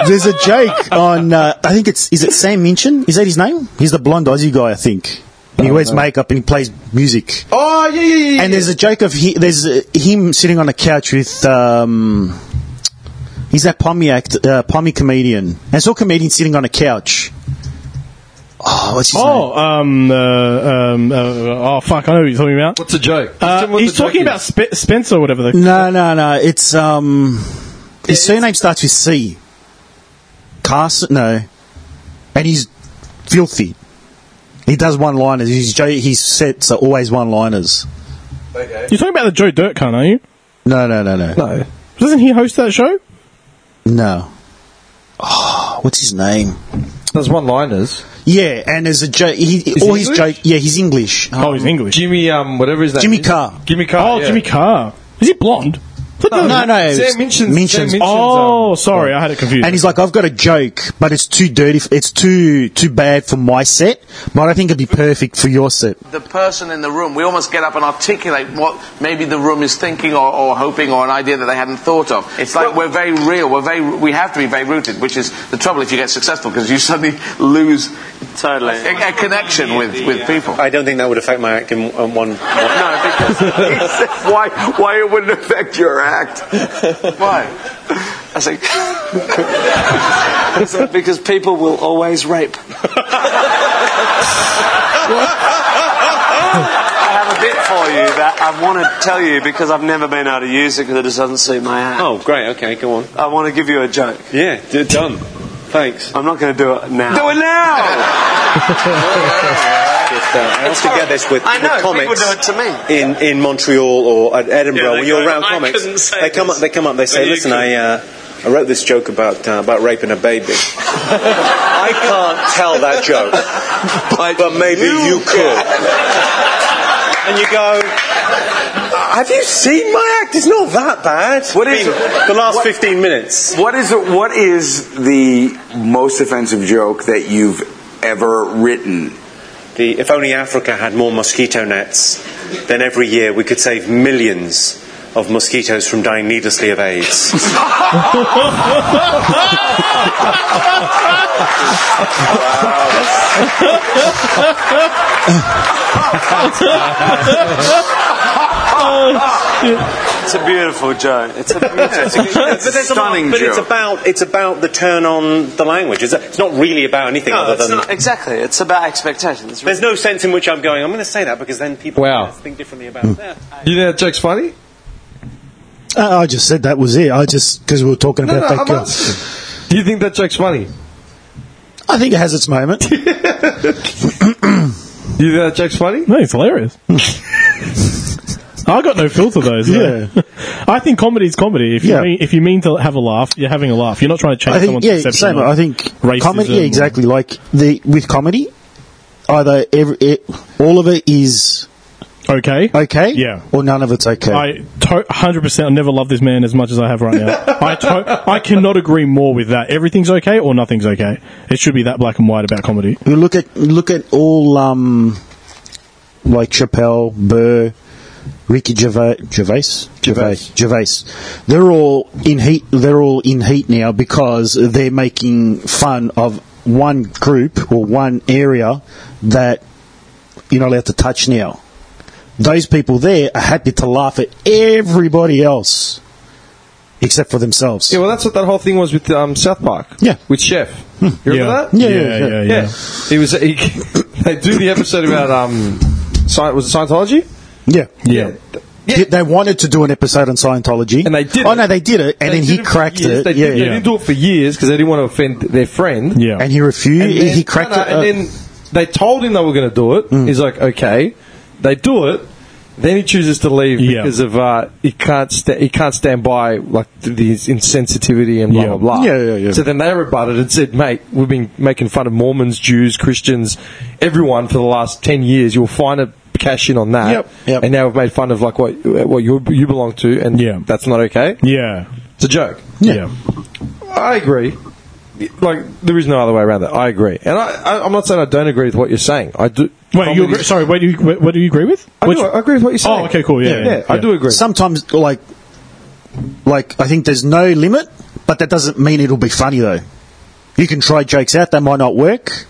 there's a joke on. Uh, I think it's is it Sam Minchin? Is that his name? He's the blonde Aussie guy. I think he wears makeup and he plays music.
Oh yeah, yeah, yeah.
And there's a joke of he, there's uh, him sitting on a couch with um, he's that pommy act uh, pommy comedian. And it's all comedians sitting on a couch. Oh, what's his name?
Oh, um, uh, um, uh, oh fuck! I know what you're talking about.
What's a joke? Tell me
Uh,
what
he's
the joke
talking
is.
about Spe- Spencer or whatever. The-
No, no, no. It's um, his surname starts with C. Carson, no, and he's filthy. He does one-liners. His jo- his sets are always one-liners.
You're talking about the Joe Dirt cunt, aren't you?
No, no, no, no,
No.
Doesn't he host that
Um,
show?
no. Oh, what's his name?
There's one-liners.
Yeah, and there's a joke. He,
he
all his
English?
joke. Yeah, he's English.
oh, he's English.
Jimmy, um, whatever his name.
Jimmy
is.
Carr.
Jimmy Carr.
oh,
yeah.
Jimmy Carr. Is he blonde?
No, no, no.
Sam
it's
Minchin's-
Minchin's.
Sam Minchin's,
Oh,
um,
sorry, I had it confused.
And he's like, I've got a joke, but it's too dirty. f- It's too too bad for my set. But I think it'd be perfect for your set.
the person in the room. We almost get up and articulate what maybe the room is thinking or, or hoping or an idea that they hadn't thought of. It's like we're very real. We're very, we have to be very rooted, which is the trouble if you get successful because you suddenly lose
Totally.
a, a connection with, with people.
I don't think that would affect my act in on one.
No, because why, why it wouldn't affect your act? Why?
I think because people will always rape. I have a bit for you that I want to tell you because I've never been able to use it because it just doesn't suit my act.
Oh, great. Okay, go on.
I want to give you a joke.
Yeah, d- done. Thanks.
I'm not going to do it now.
Do it now!
Just, uh, I often get this with,
I know,
with comics.
people do it to me.
In, in Montreal or at Edinburgh,
Yeah, they
when you're
go,
around
"I couldn't
comics,
say
they come
this."
up. They come up. They say,
you
"Listen,
could."
I uh, I wrote this joke about uh, about raping a baby. I can't tell that joke, but, maybe you, could." and you go, "Have you seen my act? It's not that bad."
What is-
the last fifteen minutes?
What is what is the most offensive joke that you've ever written?
The, if only Africa had more mosquito nets, then every year we could save millions of mosquitoes from dying needlessly of AIDS.
It's a beautiful joke. It's a beautiful,
but there's a lot-
Stunning
but it's
joke.
about it's about the turn on the language. It's, it's not really about anything
No,
other
it's
than
not, exactly. It's about expectations. It's
there's no sense in which I'm going. I'm going to say that because then people
Wow.
think differently about that.
You know that joke's funny.
Uh, I just said that was it. I just because we were talking
No, no,
about that
I'm
girl.
asking. Do you think that joke's funny?
I think it has its moment.
Do you think that joke's funny?
No, it's hilarious. I got no filter though. So.
Yeah.
I think comedy's comedy. If you
Yeah.
mean, if you mean to have a laugh, you're having a laugh. You're not trying to change
I think
someone's
yeah,
perception.
same.
of
I think
racism
comedy. Yeah,
or-
exactly. Like the with comedy, either every, it, all of it is
Okay.
okay,
Yeah.
or none of it's okay.
I to- 100% I never love this man as much as I have right now. I to- I cannot agree more with that. Everything's okay or nothing's okay. It should be that black and white about comedy.
you look at look at all um, like Chappelle, Burr, Ricky Gervais, Gervais, Gervais, Gervais. They're all in heat. They're all in heat now because they're making fun of one group or one area that you're not allowed to touch now. Those people there are happy to laugh at everybody else except for themselves.
Yeah, well, that's what that whole thing was with um, South Park.
Yeah.
with Chef. You remember that?
Yeah, yeah,
yeah,
yeah.
yeah,
Yeah. He was. He, they do the episode about um, sci- was it Scientology?
Yeah.
Yeah.
Yeah.
Did- They wanted to do an episode on Scientology,
And they did
Oh
it.
no, they did it, and
They
then
did
he
for
cracked
years.
it.
They,
yeah,
did, they
yeah.
didn't do it for years because they didn't want to offend their friend.
Yeah.
and he refused.
And
he
then-
cracked
no, no,
it. Mm. uh,
And then they told him they were going to do it. He's like, okay, they do it. Then he chooses to leave
Yeah.
because of uh, he can't sta- he can't stand by like th- his insensitivity and blah
Yeah.
blah blah.
Yeah, yeah, yeah.
So then they rebutted and said, "Mate, we've been making fun of Mormons, Jews, Christians, everyone for the last ten years. You'll find a cash in on that,
Yep.
Yep.
and now we've made fun of like what what you you belong to, and
Yeah.
that's not okay.
Yeah.
It's a joke.
Yeah.
I agree. Like there is no other way around that. I agree, and I, I I'm not saying I don't agree with what you're saying. I do.
Wait,
comedy-
you agree, sorry, what do you what, what do you agree with?
I,
Which-
do, I agree with what you're saying.
Oh, okay, cool, yeah,
yeah,
yeah,
I
yeah.
do agree.
Uh, Sometimes, like, like I think there's no limit, but that doesn't mean it'll be funny though. You can try jokes out; they might not work.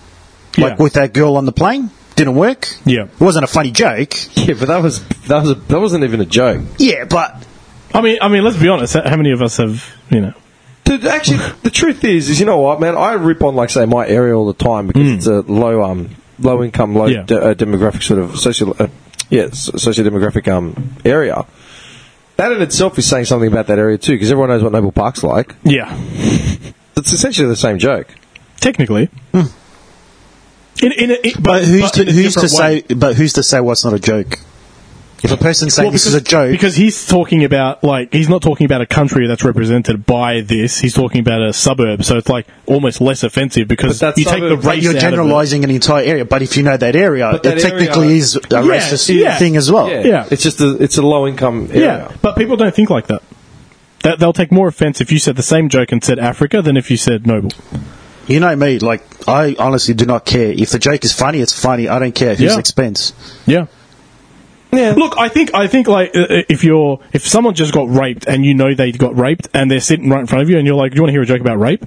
Like
Yeah.
with that girl on the plane, didn't work.
Yeah.
it wasn't a funny joke.
yeah, but that was that was a, that wasn't even a joke.
Yeah, but
I mean, I mean, let's be honest. How many of us have you know?
Dude, actually, the truth is, is you know what, man? I rip on like say my area all the time because it's a low, um, low income, low
Yeah.
de- uh, demographic sort of social, uh, yeah, socio demographic um area. That in itself is saying something about that area too, because everyone knows what Noble Park's like.
Yeah,
It's essentially the same joke.
technically. In, in a, it- but,
Hmm. but who's
but
to,
in a
who's to
different
say?
way.
But who's to say what's not a joke? If a person's saying
Well,
this is a joke,
because he's talking about like he's not talking about a country that's represented by this. He's talking about a suburb, so it's like almost less offensive because
But that
you take the
suburb-
race.
but
But you're
out of it.
generalising an entire area. But if you know that area,
But that
it technically
area- uh,
is a
Yeah,
racist
yeah.
thing as well.
Yeah,
Yeah.
Oh. it's just a, it's a low income
Yeah,
area.
but people don't think like that. That they'll take more offense if you said the same joke and said Africa than if you said noble.
You know me, like I honestly do not care if the joke is funny. It's funny. I don't care at whose
Yeah.
expense.
Yeah.
Yeah.
Look, I think I think like uh, uh, if you're if someone just got raped and you know they got raped and they're sitting right in front of you and you're like, "Do you want to hear a joke about rape?"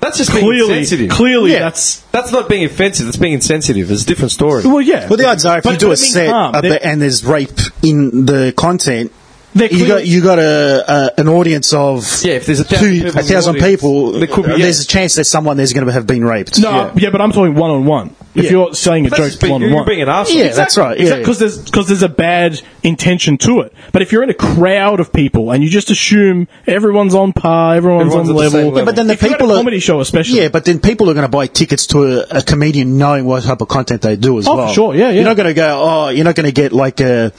that's just being
Clearly,
insensitive.
clearly
Yeah.
that's
that's not being offensive. That's being insensitive. It's a different story.
well, yeah.
Well, the odds are if
But
you do a
it doesn't mean
set
harm.
up
They-
there and there's rape in the content,
They're
you got
clearly-
you got a, a an audience of
Yeah, if there's a thousand
two-
people
a
in the
thousand
audience,
people,
there could be- yeah.
there's a chance there's someone there's going to have been raped.
no, yeah. but I'm talking one on one. If
Yeah.
you're saying a
That's just
joke
being,
one
you're
on one,
being an arsehole.
Yeah, that's right. Yeah, yeah.
because there's because there's a bad intention to it. But if you're in a crowd of people and you just assume everyone's on par, everyone's,
Everyone's at
on
the
level,
same level. Yeah,
but then the
If you're at a
people are-
comedy show especially,
Yeah, but then people are going to buy tickets to a, a comedian knowing what type of content they do as
Oh, for
well.
sure, yeah, yeah.
You're not going to go, oh, you're not going to get like a,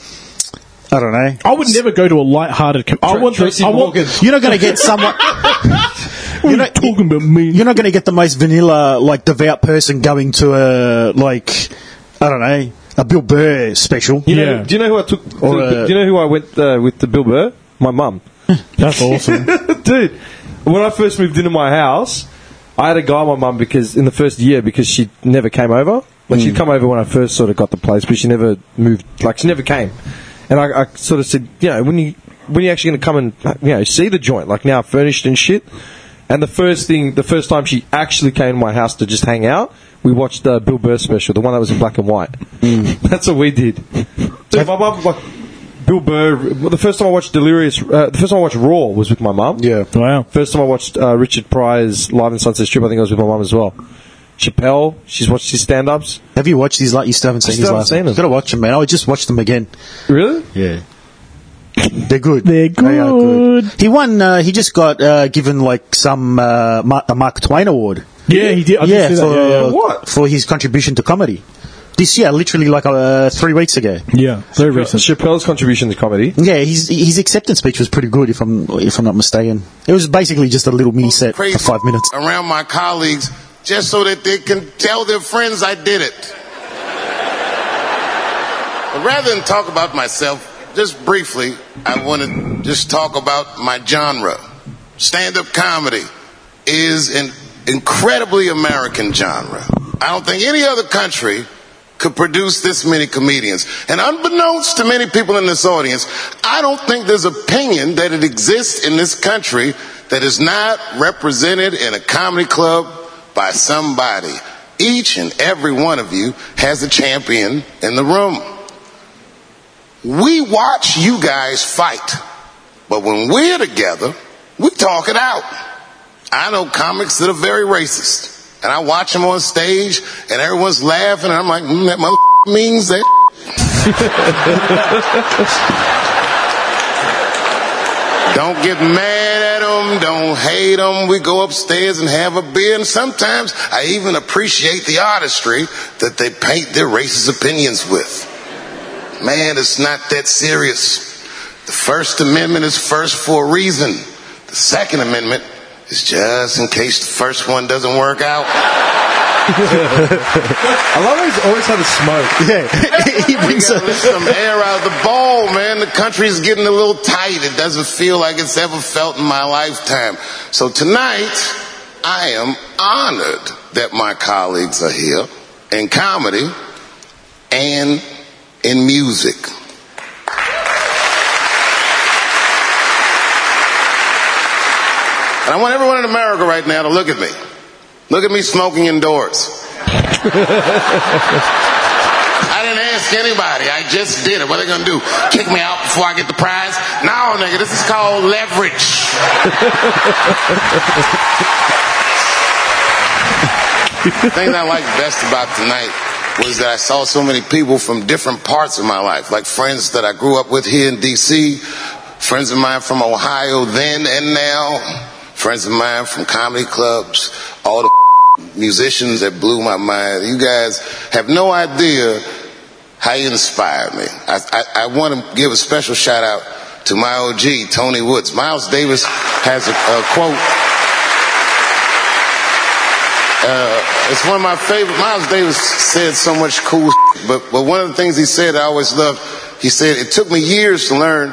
I don't know.
I would never go to a light-hearted. Com- I want.
Tracy
The, I want.
Morgan.
You're not going to get someone.
You're
you're
not
not
talking about me.
you're not going to get the most vanilla, like devout person going to a like, I don't know, a Bill Burr special.
You know,
Yeah.
Do you know who I took?
Or,
to-
uh,
do you know who I went uh, with the Bill Burr? My mum.
That's awesome.
Dude, when I first moved into my house, I had a guy, my mum, because in the first year, because she never came over. Like she'd come over when I first sort of got the place, but she never moved. Like she never came, and I, I sort of said, you know, when you when are you actually going to come and like, you know see the joint? Like now furnished and shit. And the first thing, the first time she actually came to my house to just hang out, we watched the Bill Burr special, the one that was in black and white. That's what we did. Dude, my mum like Bill Burr. The first time I watched Delirious, uh, the first time I watched Raw was with my mum.
Yeah.
Wow.
First time I watched uh, Richard Pryor's Live in Sunset Strip, I think I was with my mum as well. Chappelle, she's watched his stand ups.
Have you watched his? Like you still haven't seen
still
his
haven't
last.
seen them.
Got to watch them, man. I would just watch them again.
Really?
Yeah. They're good.
They're
They are
good.
He won. Uh, he just got uh, given like some uh, Ma- a Mark Twain award.
Yeah, he did. I did
yeah,
see that.
for uh,
Yeah, yeah.
What?
for his contribution to comedy. This year, literally like uh, three weeks ago.
Yeah, very recent.
Chappelle's contribution to comedy.
Yeah, his his acceptance speech was pretty good, if I'm if I'm not mistaken. It was basically just a little mini set for
Crazy
five minutes.
around my colleagues just so that they can tell their friends I did it. but rather than talk about myself, just briefly, I want to just talk about my genre. Stand up comedy is an incredibly American genre. I don't think any other country could produce this many comedians. And unbeknownst to many people in this audience, I don't think there's opinion that it exists in this country that is not represented in a comedy club by somebody. Each and every one of you has a champion in the room. We watch you guys fight, but when we're together, we talk it out. I know comics that are very racist, and I watch them on stage, and everyone's laughing, and I'm like, mm, that mother means that. Don't get mad at them. Don't hate them. We go upstairs and have a beer. And sometimes I even appreciate the artistry that they paint their racist opinions with. Man, it's not that serious. The First Amendment is first for a reason. The Second Amendment is just in case the first one doesn't work out.
I love how he's always had a smoke.
Yeah, he
We
brings
gotta
up.
let some air out of the ball, man. The country's getting a little tight. It doesn't feel like it's ever felt in my lifetime. So tonight, I am honored that my colleagues are here in comedy and in music. And I want everyone in America right now to look at me. Look at me smoking indoors. I didn't ask anybody. I just did it. What are they going to do? Kick me out before I get the prize? No, nigga, this is called leverage. the thing that I liked best about tonight was that I saw so many people from different parts of my life, like friends that I grew up with here in D.C., friends of mine from Ohio then and now, friends of mine from comedy clubs, all the musicians that blew my mind. You guys have no idea how you inspired me. I, I, I want to give a special shout out to my OG, Tony Woods. Miles Davis has a, a quote. Uh, it's one of my favorite. Miles Davis said so much cool, shit, but, but one of the things he said I always loved, he said, It took me years to learn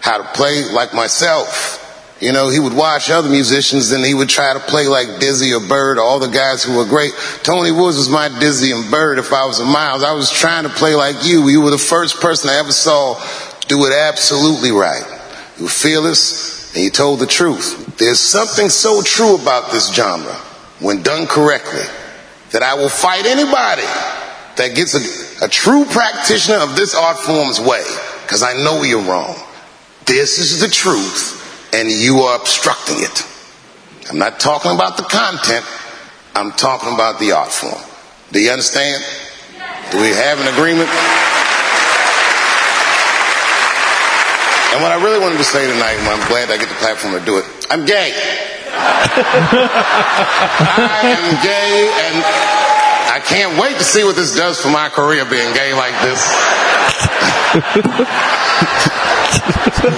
how to play like myself. You know, he would watch other musicians and he would try to play like Dizzy or Bird or all the guys who were great. Tony Woods was my Dizzy and Bird if I was a Miles. I was trying to play like you. You were the first person I ever saw do it absolutely right. You were fearless and you told the truth. There's something so true about this genre when done correctly that I will fight anybody that gets a, a true practitioner of this art form's way because I know you're wrong. This is the truth, and you are obstructing it. I'm not talking about the content, I'm talking about the art form. Do you understand? Do we have an agreement? And what I really wanted to say tonight, and I'm glad I get the platform to do it, I'm gay. I am gay, and I can't wait to see what this does for my career being gay like this.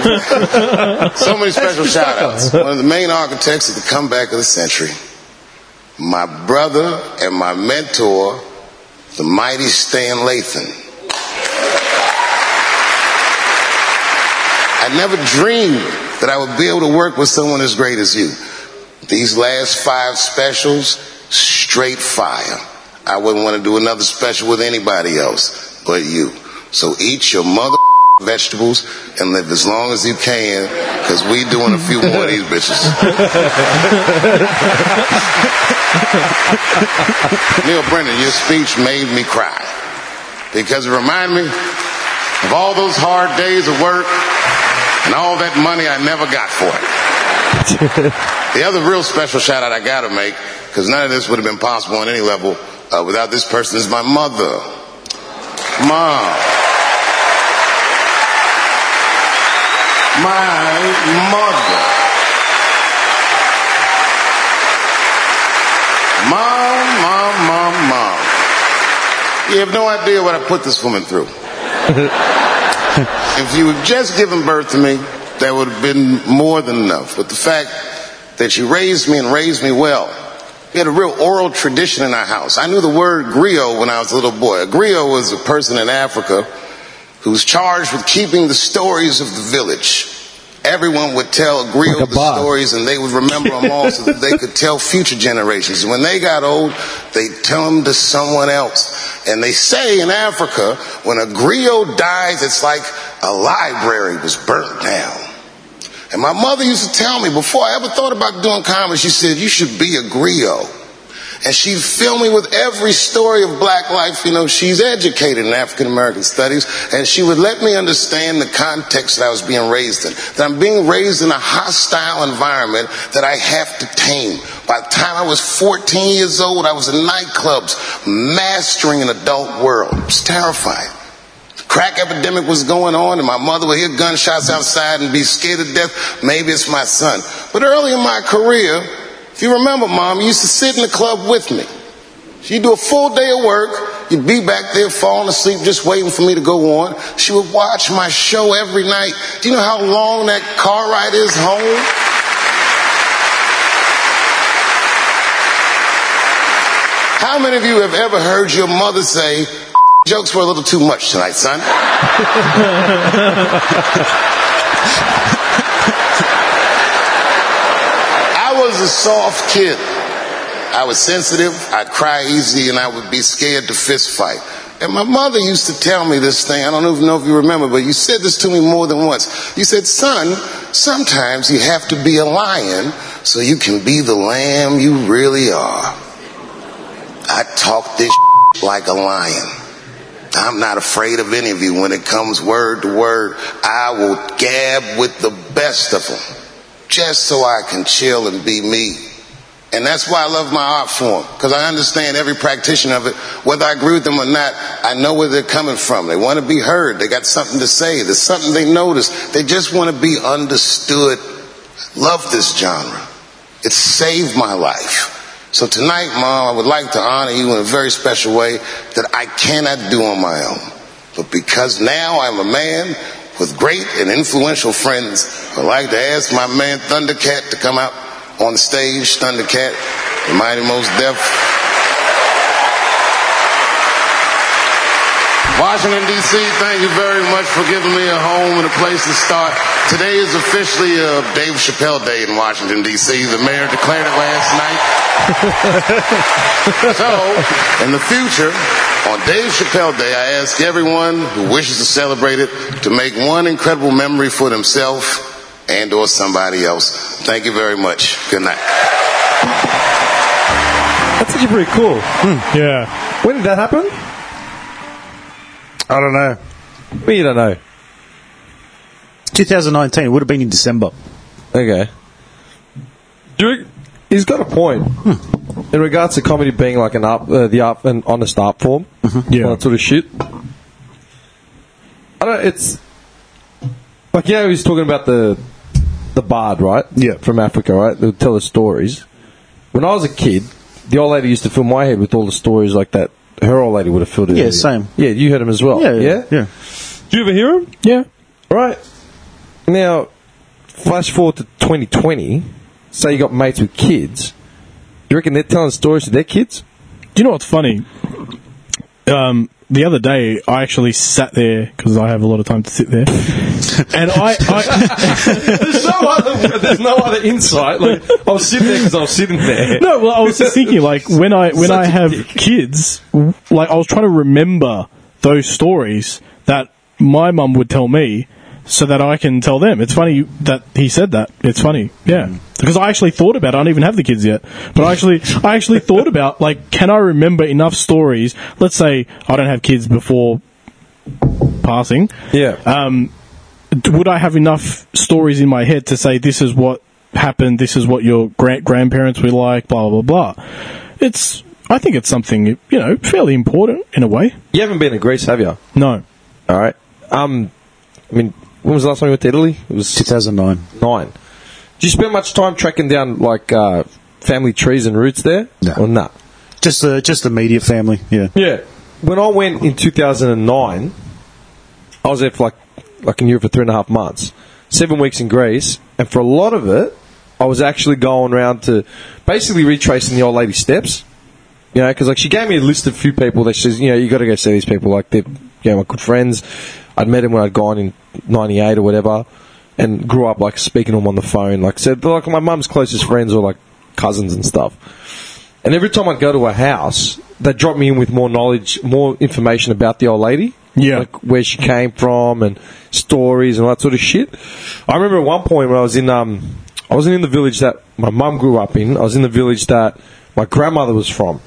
so many special shout outs. One of the main architects of the comeback of the century. My brother and my mentor, the mighty Stan Latham. I never dreamed that I would be able to work with someone as great as you. These last five specials, straight fire. I wouldn't want to do another special with anybody else but you. So eat your mother vegetables and live as long as you can because we doing a few more of these bitches. Neil Brennan, your speech made me cry because it reminded me of all those hard days of work and all that money I never got for it. The other real special shout out I gotta make, because none of this would have been possible on any level uh, without this person, is my mother. Mom. My mother. Mom, mom, mom, mom. You have no idea what I put this woman through. if you had just given birth to me, that would have been more than enough. But the fact that you raised me and raised me well, we had a real oral tradition in our house. I knew the word griot when I was a little boy. A griot was a person in Africa who was charged with keeping the stories of the village. Everyone would tell a griot
Like a
the
bar.
stories and they would remember them all so that they could tell future generations. When they got old, they'd tell them to someone else. And they say in Africa, when a griot dies, it's like a library was burnt down. And my mother used to tell me before I ever thought about doing comedy, she said, You should be a griot. And she'd fill me with every story of black life. You know, she's educated in African American studies, and she would let me understand the context that I was being raised in. That I'm being raised in a hostile environment that I have to tame. By the time I was 14 years old, I was in nightclubs, mastering an adult world. It was terrifying. crack epidemic was going on, and my mother would hear gunshots outside and be scared to death. Maybe it's my son. But early in my career, if you remember, Mom, you used to sit in the club with me. She'd do a full day of work. You'd be back there falling asleep, just waiting for me to go on. She would watch my show every night. Do you know how long that car ride is home? How many of you have ever heard your mother say, jokes were a little too much tonight, son? I was a soft kid. I was sensitive, I'd cry easy, and I would be scared to fist fight. And my mother used to tell me this thing. I don't even know if you remember, but you said this to me more than once. You said, Son, sometimes you have to be a lion so you can be the lamb you really are. I talk this like a lion. I'm not afraid of any of you when it comes word to word. I will gab with the best of them just so I can chill and be me. And that's why I love my art form because I understand every practitioner of it, whether I agree with them or not. I know where they're coming from. They want to be heard. They got something to say. There's something they notice. They just want to be understood. Love this genre. It saved my life. So tonight, Mom, I would like to honor you in a very special way that I cannot do on my own. But because now I'm a man with great and influential friends, I'd like to ask my man Thundercat to come out on the stage. Thundercat, the mighty most deaf. Washington, D.C., thank you very much for giving me a home and a place to start. Today is officially uh, Dave Chappelle Day in Washington, D.C. The mayor declared it last night so, in the future, on Dave Chappelle Day, I ask everyone who wishes to celebrate it to make one incredible memory for themselves and or somebody else. Thank you very much. Good night.
That's actually pretty cool.
Hmm.
Yeah.
When did that happen?
I don't know.
We don't know.
2019 it would have been in December.
Okay. Drink. He's got a point
Hmm.
in regards to comedy being like an art, uh, the art, an honest art form,
Mm-hmm.
Yeah.
all that sort of shit. I don't. It's like yeah, he was talking about the the bard, right?
Yeah.
from Africa, right? They would tell us stories. When I was a kid, the old lady used to fill my head with all the stories like that. Her old lady would have filled it.
Yeah,
with.
same.
Yeah, you heard him as well.
yeah. yeah.
Do you ever hear him?
Yeah.
Right. Now, flash forward to 2020. Say you got mates with kids. You reckon they're telling stories to their kids?
Do you know what's funny? Um, the other day, I actually sat there because I have a lot of time to sit there, and I, I
There's no other. There's no other insight. Like I was sitting there because I was sitting there.
no, well, I was just thinking like when I when
Such
I
a
have
dick.
kids, like I was trying to remember those stories that my mum would tell me, so that I can tell them. It's funny that he said that. It's funny,
Hmm.
yeah, because I actually thought about. It. I don't even have the kids yet, but I actually I actually thought about like can I remember enough stories? Let's say I don't have kids before passing.
Yeah.
um, d- would I have enough stories in my head to say this is what happened, this is what your grand- grandparents were like, blah blah blah? It's I think it's something you know fairly important in a way.
you haven't been to Greece, have you?
No,
All right. Um, I mean, when was the last time you went to Italy? It was
2009.
nine. Do you spend much time tracking down like uh, family trees and roots there?
No.
Or not?
Just the just the media family. Yeah.
Yeah. When I went in 2009, I was there for like, like in Europe for three and a half months, seven weeks in Greece, and for a lot of it, I was actually going around to basically retracing the old lady's steps. You know, because like she gave me a list of few people that she says, you know, you got to go see these people. Like they're, you know, my good friends. I'd met him when I'd gone in '98 or whatever, and grew up like speaking to him on the phone. Like said, they're like my mum's closest friends or like cousins and stuff. And every time I'd go to a house, they'd drop me in with more knowledge, more information about the old lady.
Yeah.
Like where she came from and stories and all that sort of shit. I remember at one point when I was in, um, I wasn't in the village that my mum grew up in. I was in the village that my grandmother was from,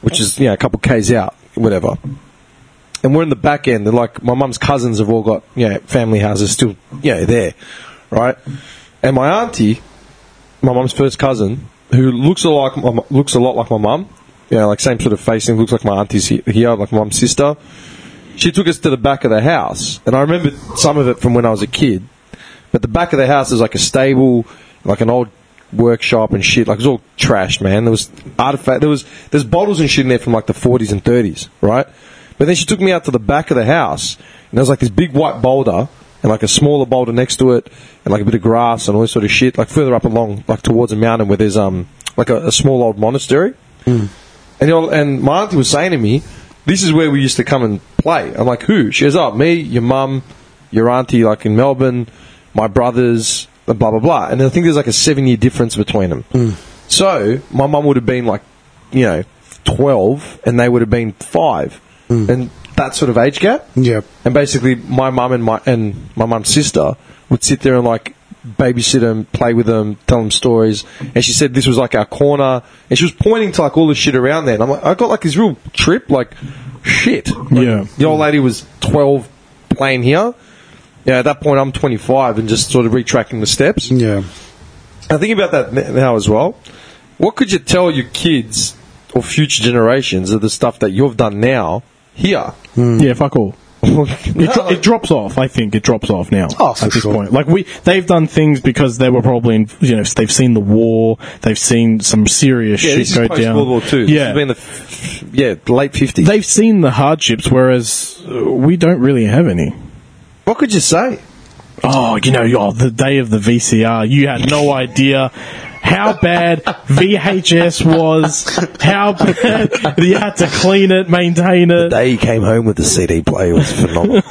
which is, you know, a couple Ks out, whatever. And we're in the back end. And like my mum's cousins have all got, you know, family houses still, you know, there, right? And my auntie, my mum's first cousin, who looks a like my, mu- looks a lot like my mum. You know, like same sort of facing, looks like my auntie's he- here, like my mum's sister. she took us to the back of the house, and I remember some of it from when I was a kid. But the back of the house is like a stable, like an old workshop and shit. Like it was all trashed, man. There was artifact. There was there's bottles and shit in there from like the 40s and 30s, right? But then she took me out to the back of the house, and there was like this big white boulder and like a smaller boulder next to it, and like a bit of grass and all this sort of shit. Like further up along, like towards a mountain where there's um like a, a small old monastery. And you know, and my auntie was saying to me, "This is where we used to come and play." I'm like, "Who?" She goes, "Oh, me, your mum, your auntie, like in Melbourne, my brothers, blah blah blah." And I think there's like a seven year difference between them. So my mum would have been like, you know, twelve, and they would have been five, and that sort of age gap.
Yeah.
And basically, my mum and my and my mum's sister would sit there and like babysit them, play with them, tell them stories. And she said this was like our corner, and she was pointing to like all the shit around there. And I'm like, I got like this real trip, like shit. Like,
Yeah.
The old lady was 12, playing here. Yeah. At that point, I'm 25 and just sort of retracking the steps.
Yeah.
I think about that n- now as well. What could you tell your kids or future generations of the stuff that you've done now here?
Hmm.
Yeah, fuck all. It, dro- it drops off. I think it drops off now.
Oh, for
at this
sure.
point, like we, they've done things because they were probably, in, you know, they've seen the war, they've seen some serious
yeah,
shit
this is
go
post
down.
World War Two. This
Yeah,
has been the f- yeah late fifties.
they've seen the hardships, whereas uh, we don't really have any.
What could you say?
Oh, you know, oh, the day of the VCR, you had no idea how bad VHS was, how bad you had to clean it, maintain it.
day he came home with the CD player was phenomenal.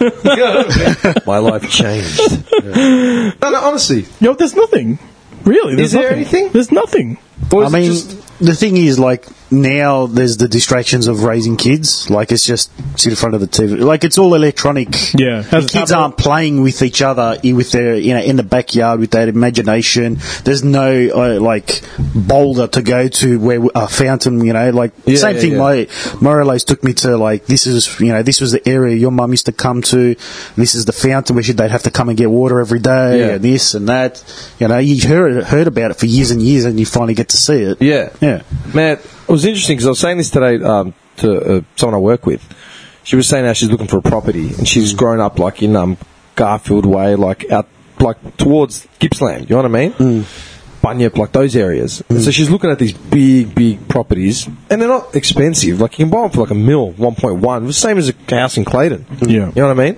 My life changed. No, no, honestly,
You know, there's nothing. Really, there's
there
nothing.
anything?
There's nothing.
or
I
is it
mean,
just-
the thing is, like, now there's the distractions of raising kids. Like, it's just sit in front of the TV. Like, it's all electronic.
Yeah.
The
Has a
kids
tablet.
aren't playing with each other i- with their, you know, in the backyard with their imagination. There's no, uh, like, boulder to go to where a fountain, you know, like,
Yeah,
same
yeah,
thing
yeah.
my, my relays took me to, like, this is, you know, this was the area your mum used to come to. This is the fountain where she'd, they'd have to come and get water every day
Yeah.
and this and that. You know, you heard, heard about it for years and years and you finally get to see it.
Yeah.
Yeah.
Man, it was interesting because I was saying this today um, to uh, someone I work with. She was saying how she's looking for a property and
Mm.
she's grown up like in um, Garfield Way, like out like towards Gippsland. You know what I mean?
Mm.
Bunyip, like those areas. And so she's looking at these big, big properties, and they're not expensive. Like you can buy them for like a mil, one point one, the same as a house in Clayton.
Yeah.
you know what I mean.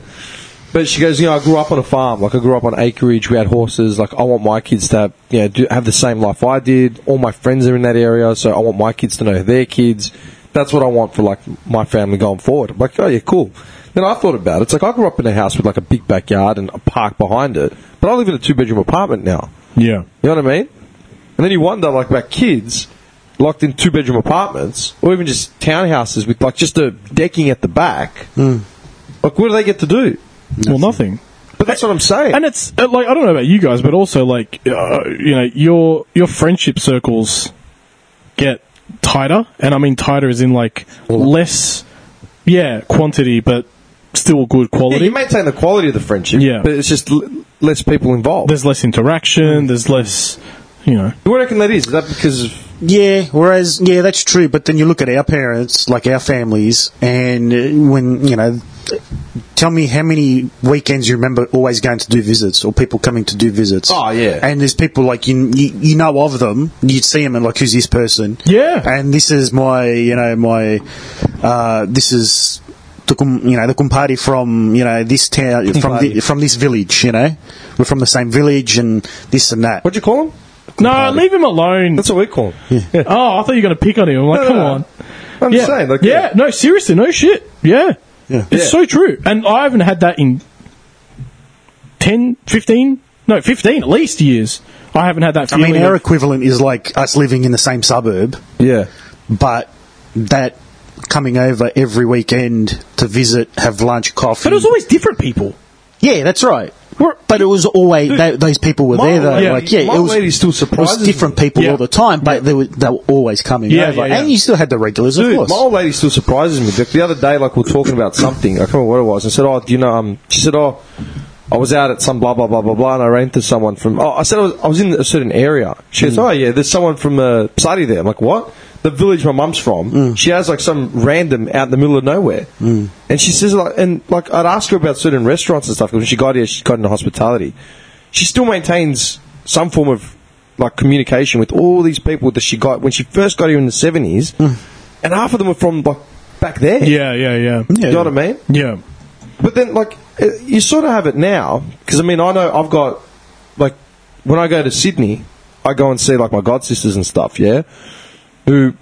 But she goes, you know, I grew up on a farm. Like I grew up on acreage. We had horses. Like I want my kids to, you know, do, have the same life I did. All my friends are in that area, so I want my kids to know their kids. That's what I want for like my family going forward. I'm like, oh yeah, cool. Then I thought about it. It's like I grew up in a house with like a big backyard and a park behind it, but I live in a two bedroom apartment now.
Yeah.
You know what I mean? And then you wonder, like, about kids locked in two bedroom apartments or even just townhouses with, like, just a decking at the back. Like, what do they get to do?
Well, nothing.
But that's what I'm saying.
And it's uh, like I don't know about you guys, but also like uh, you know your your friendship circles get tighter, and I mean tighter is in like less, yeah, quantity, but still good
Yeah,
quality.
you maintain the quality of the friendship,
Yeah.
but it's just l- less people involved.
there's less interaction. There's less, you know.
what do you reckon that is? Is that because of.
Yeah, whereas, yeah, that's true, but then you look at our parents, like our families, and uh, when, you know, tell me how many weekends you remember always going to do visits or people coming to do visits.
Oh, yeah.
And there's people like you, you, you know of them, you'd see them and like, who's this person?
Yeah.
And this is my, you know, my, uh, this is. The, cum- you know the kumpari from you know this town from
Kumpari.
the, from this village you know we're from the same village and this and that
What do you call them?
No, leave him alone.
That's what we call them.
oh, I thought you were going to pick on him. I'm like,
No, no,
come
no.
on.
I'm
yeah.
just saying. Like,
yeah. no, seriously, no shit. Yeah.
Yeah.
It's
Yeah.
so true. And I haven't had that in 10, 15, no, 15 at least years. I haven't had that
I
feeling.
mean, our
of-
equivalent is like us living in the same suburb,
Yeah.
but that coming over every weekend to visit, have lunch, coffee.
but it was always different people.
yeah, that's right.
We're-
But it was always tho- those people were
My
there. Though.
lady-
like, yeah,
my
it was,
lady still
it was
surprises
different
me.
people
Yeah.
all the time, but they were they were always coming
Yeah,
over,
yeah, yeah.
and you still had the regulars,
Dude,
of course.
my old lady still surprises me. Like the other day, like we we're talking about something. I can't remember what it was. I said, "Oh, do you know?" Um, she said, "Oh, I was out at some blah blah blah blah blah," and I ran into
Hmm.
someone from. Oh, I said I was, I was in a certain area. She goes, "Oh yeah, there's someone from uh, Saudi there." I'm like, "What?" the village my mum's from,
Hmm.
she has like some random out in the middle of nowhere, mm. and she says like, and like I'd ask her about certain restaurants and stuff. 'cause when she got here, she got into hospitality. She still maintains some form of like communication with all these people that she got when she first got here in the seventies, and half of them were from like back there.
Yeah, yeah, yeah.
you know what I mean?
Yeah.
But then, like, uh, you sort of have it now because I mean, I know I've got like when I go to Sydney, I go and see like my god sisters and stuff. Yeah, who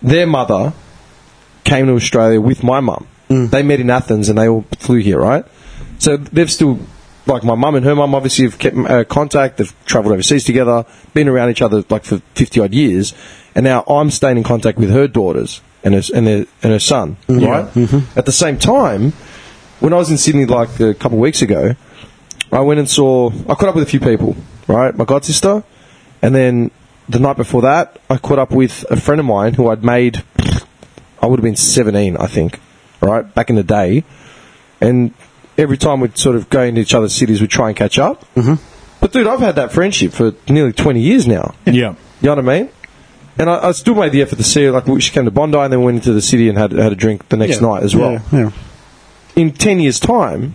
their mother came to Australia with my mum. They met in Athens and they all flew here, right? So they've still like my mum and her mum obviously have kept uh, contact. They've travelled overseas together, been around each other like for fifty odd years, and now I'm staying in contact with her daughters and her and, their, and her son, right? At the same time, when I was in Sydney like a couple of weeks ago, I went and saw. I caught up with a few people, right? My god sister, and then the night before that, I caught up with a friend of mine who I'd made. I would have been seventeen, I think, right back in the day, and every time we'd sort of go into each other's cities, we'd try and catch up. Mm-hmm. But dude, I've had that friendship for nearly twenty years now.
Yeah.
You know what I mean? And I, I still made the effort to see her. Like we- she came to Bondi, and then went into the city and had had a drink the next night as well
Yeah, yeah.
in 10 years' time,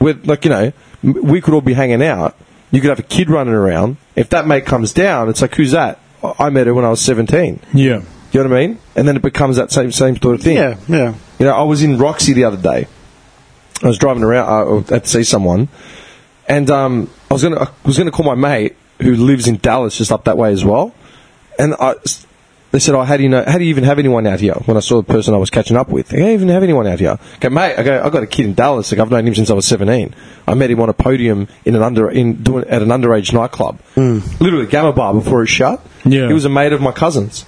with like, you know, m- we could all be hanging out. You could have a kid running around. If that mate comes down, it's like, who's that? I I met her when I was 17.
Yeah.
You know what I mean? And then it becomes that same same sort of thing.
Yeah, yeah.
You know, I was in Roxy the other day. I was driving around. I had to see someone, and um, I was gonna I was gonna call my mate who lives in Dallas, just up that way as well. And I, they said, "Oh, how do you know? How do you even have anyone out here?" When I saw the person I was catching up with, I don't even have anyone out here. Okay, mate. I go, I got a kid in Dallas. Like I've known him since I was seventeen. I met him on a podium in an under in doing at an underage nightclub,
Mm.
literally Gamma Bar before it shut.
Yeah.
he was a mate of my cousin's,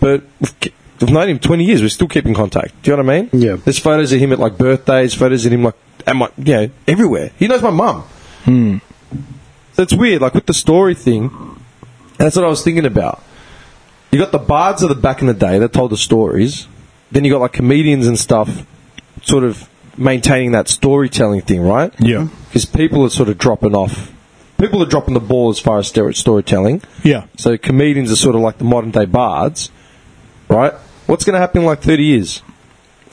but. we've ke- We've known him 20 years. We still keep in contact. Do you know what I mean?
Yeah.
There's photos of him at like birthdays, photos of him like at my you know, everywhere. He knows my mum. So it's weird, like with the story thing, that's what I was thinking about. You got the bards of the back in the day that told the stories, then you got like comedians and stuff sort of maintaining that storytelling thing, right?
Yeah.
Because people are sort of dropping off. People are dropping the ball as far as ster- storytelling.
Yeah.
So comedians are sort of like the modern day bards, right? What's going to happen in like 30 years?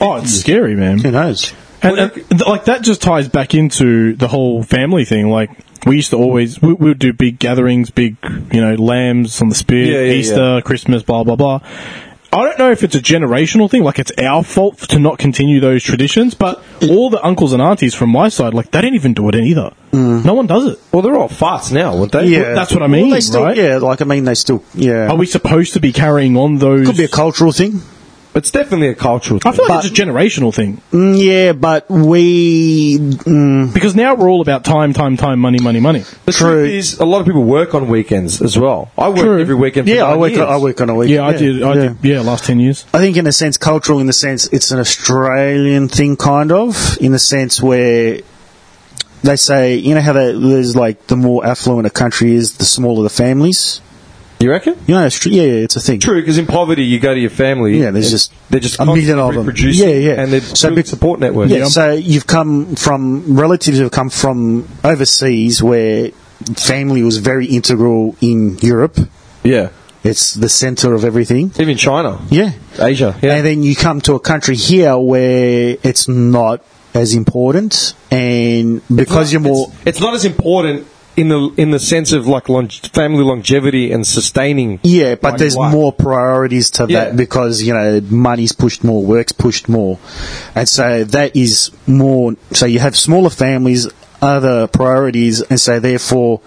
Oh, it's scary, man.
Who knows?
And, and th- like that just ties back into the whole family thing. Like we used to always we, we would do big gatherings, big you know lambs on the
Yeah,
spear,
yeah,
Easter, Christmas, blah blah blah. I don't know if it's a generational thing, like it's our fault to not continue those traditions, but all the uncles and aunties from my side, like they don't even do it either. No one does it.
Well, they're all farts now, aren't they?
Yeah,
that's what I mean,
they still,
right?
Yeah, like I mean, they still. Yeah,
Are we supposed to be carrying on those?
could be a cultural thing.
It's definitely a cultural thing.
I feel like
but-
it's a generational thing
Mm, yeah, but we. Mm,
because now we're all about time, time, time, money, money, money.
The
True.
truth is, a lot of people work on weekends as well. I work
True.
every weekend. For
yeah, I
nine
work.
years.
I work on a weekend.
Yeah, I did. I did. Yeah, last ten years.
I think in a sense, cultural in the sense it's an Australian thing, kind of, in the sense where they say, you know how they, there's like the more affluent a country is, the smaller the families.
You reckon?
You know, Austra- yeah, yeah, it's a thing.
True, because in poverty you go to your family.
Yeah, there's
and
just
they're just
a million
constantly
of them.
reproducing,
Yeah, yeah.
and they're
So
building
be-
support network.
Yeah, so you've come from relatives who've come from overseas where family was very integral in Europe.
yeah.
It's the center of everything.
Even China,
Yeah.
Asia. Yeah,
And then you come to a country here where it's not as important and because you're more
It's, it's not as important in the in the sense of like longe- family longevity and sustaining.
yeah, but
like,
there's
life.
more priorities to
Yeah.
that because you know money's pushed more, work's pushed more, and so that is more. So you have smaller families, other priorities, and so therefore,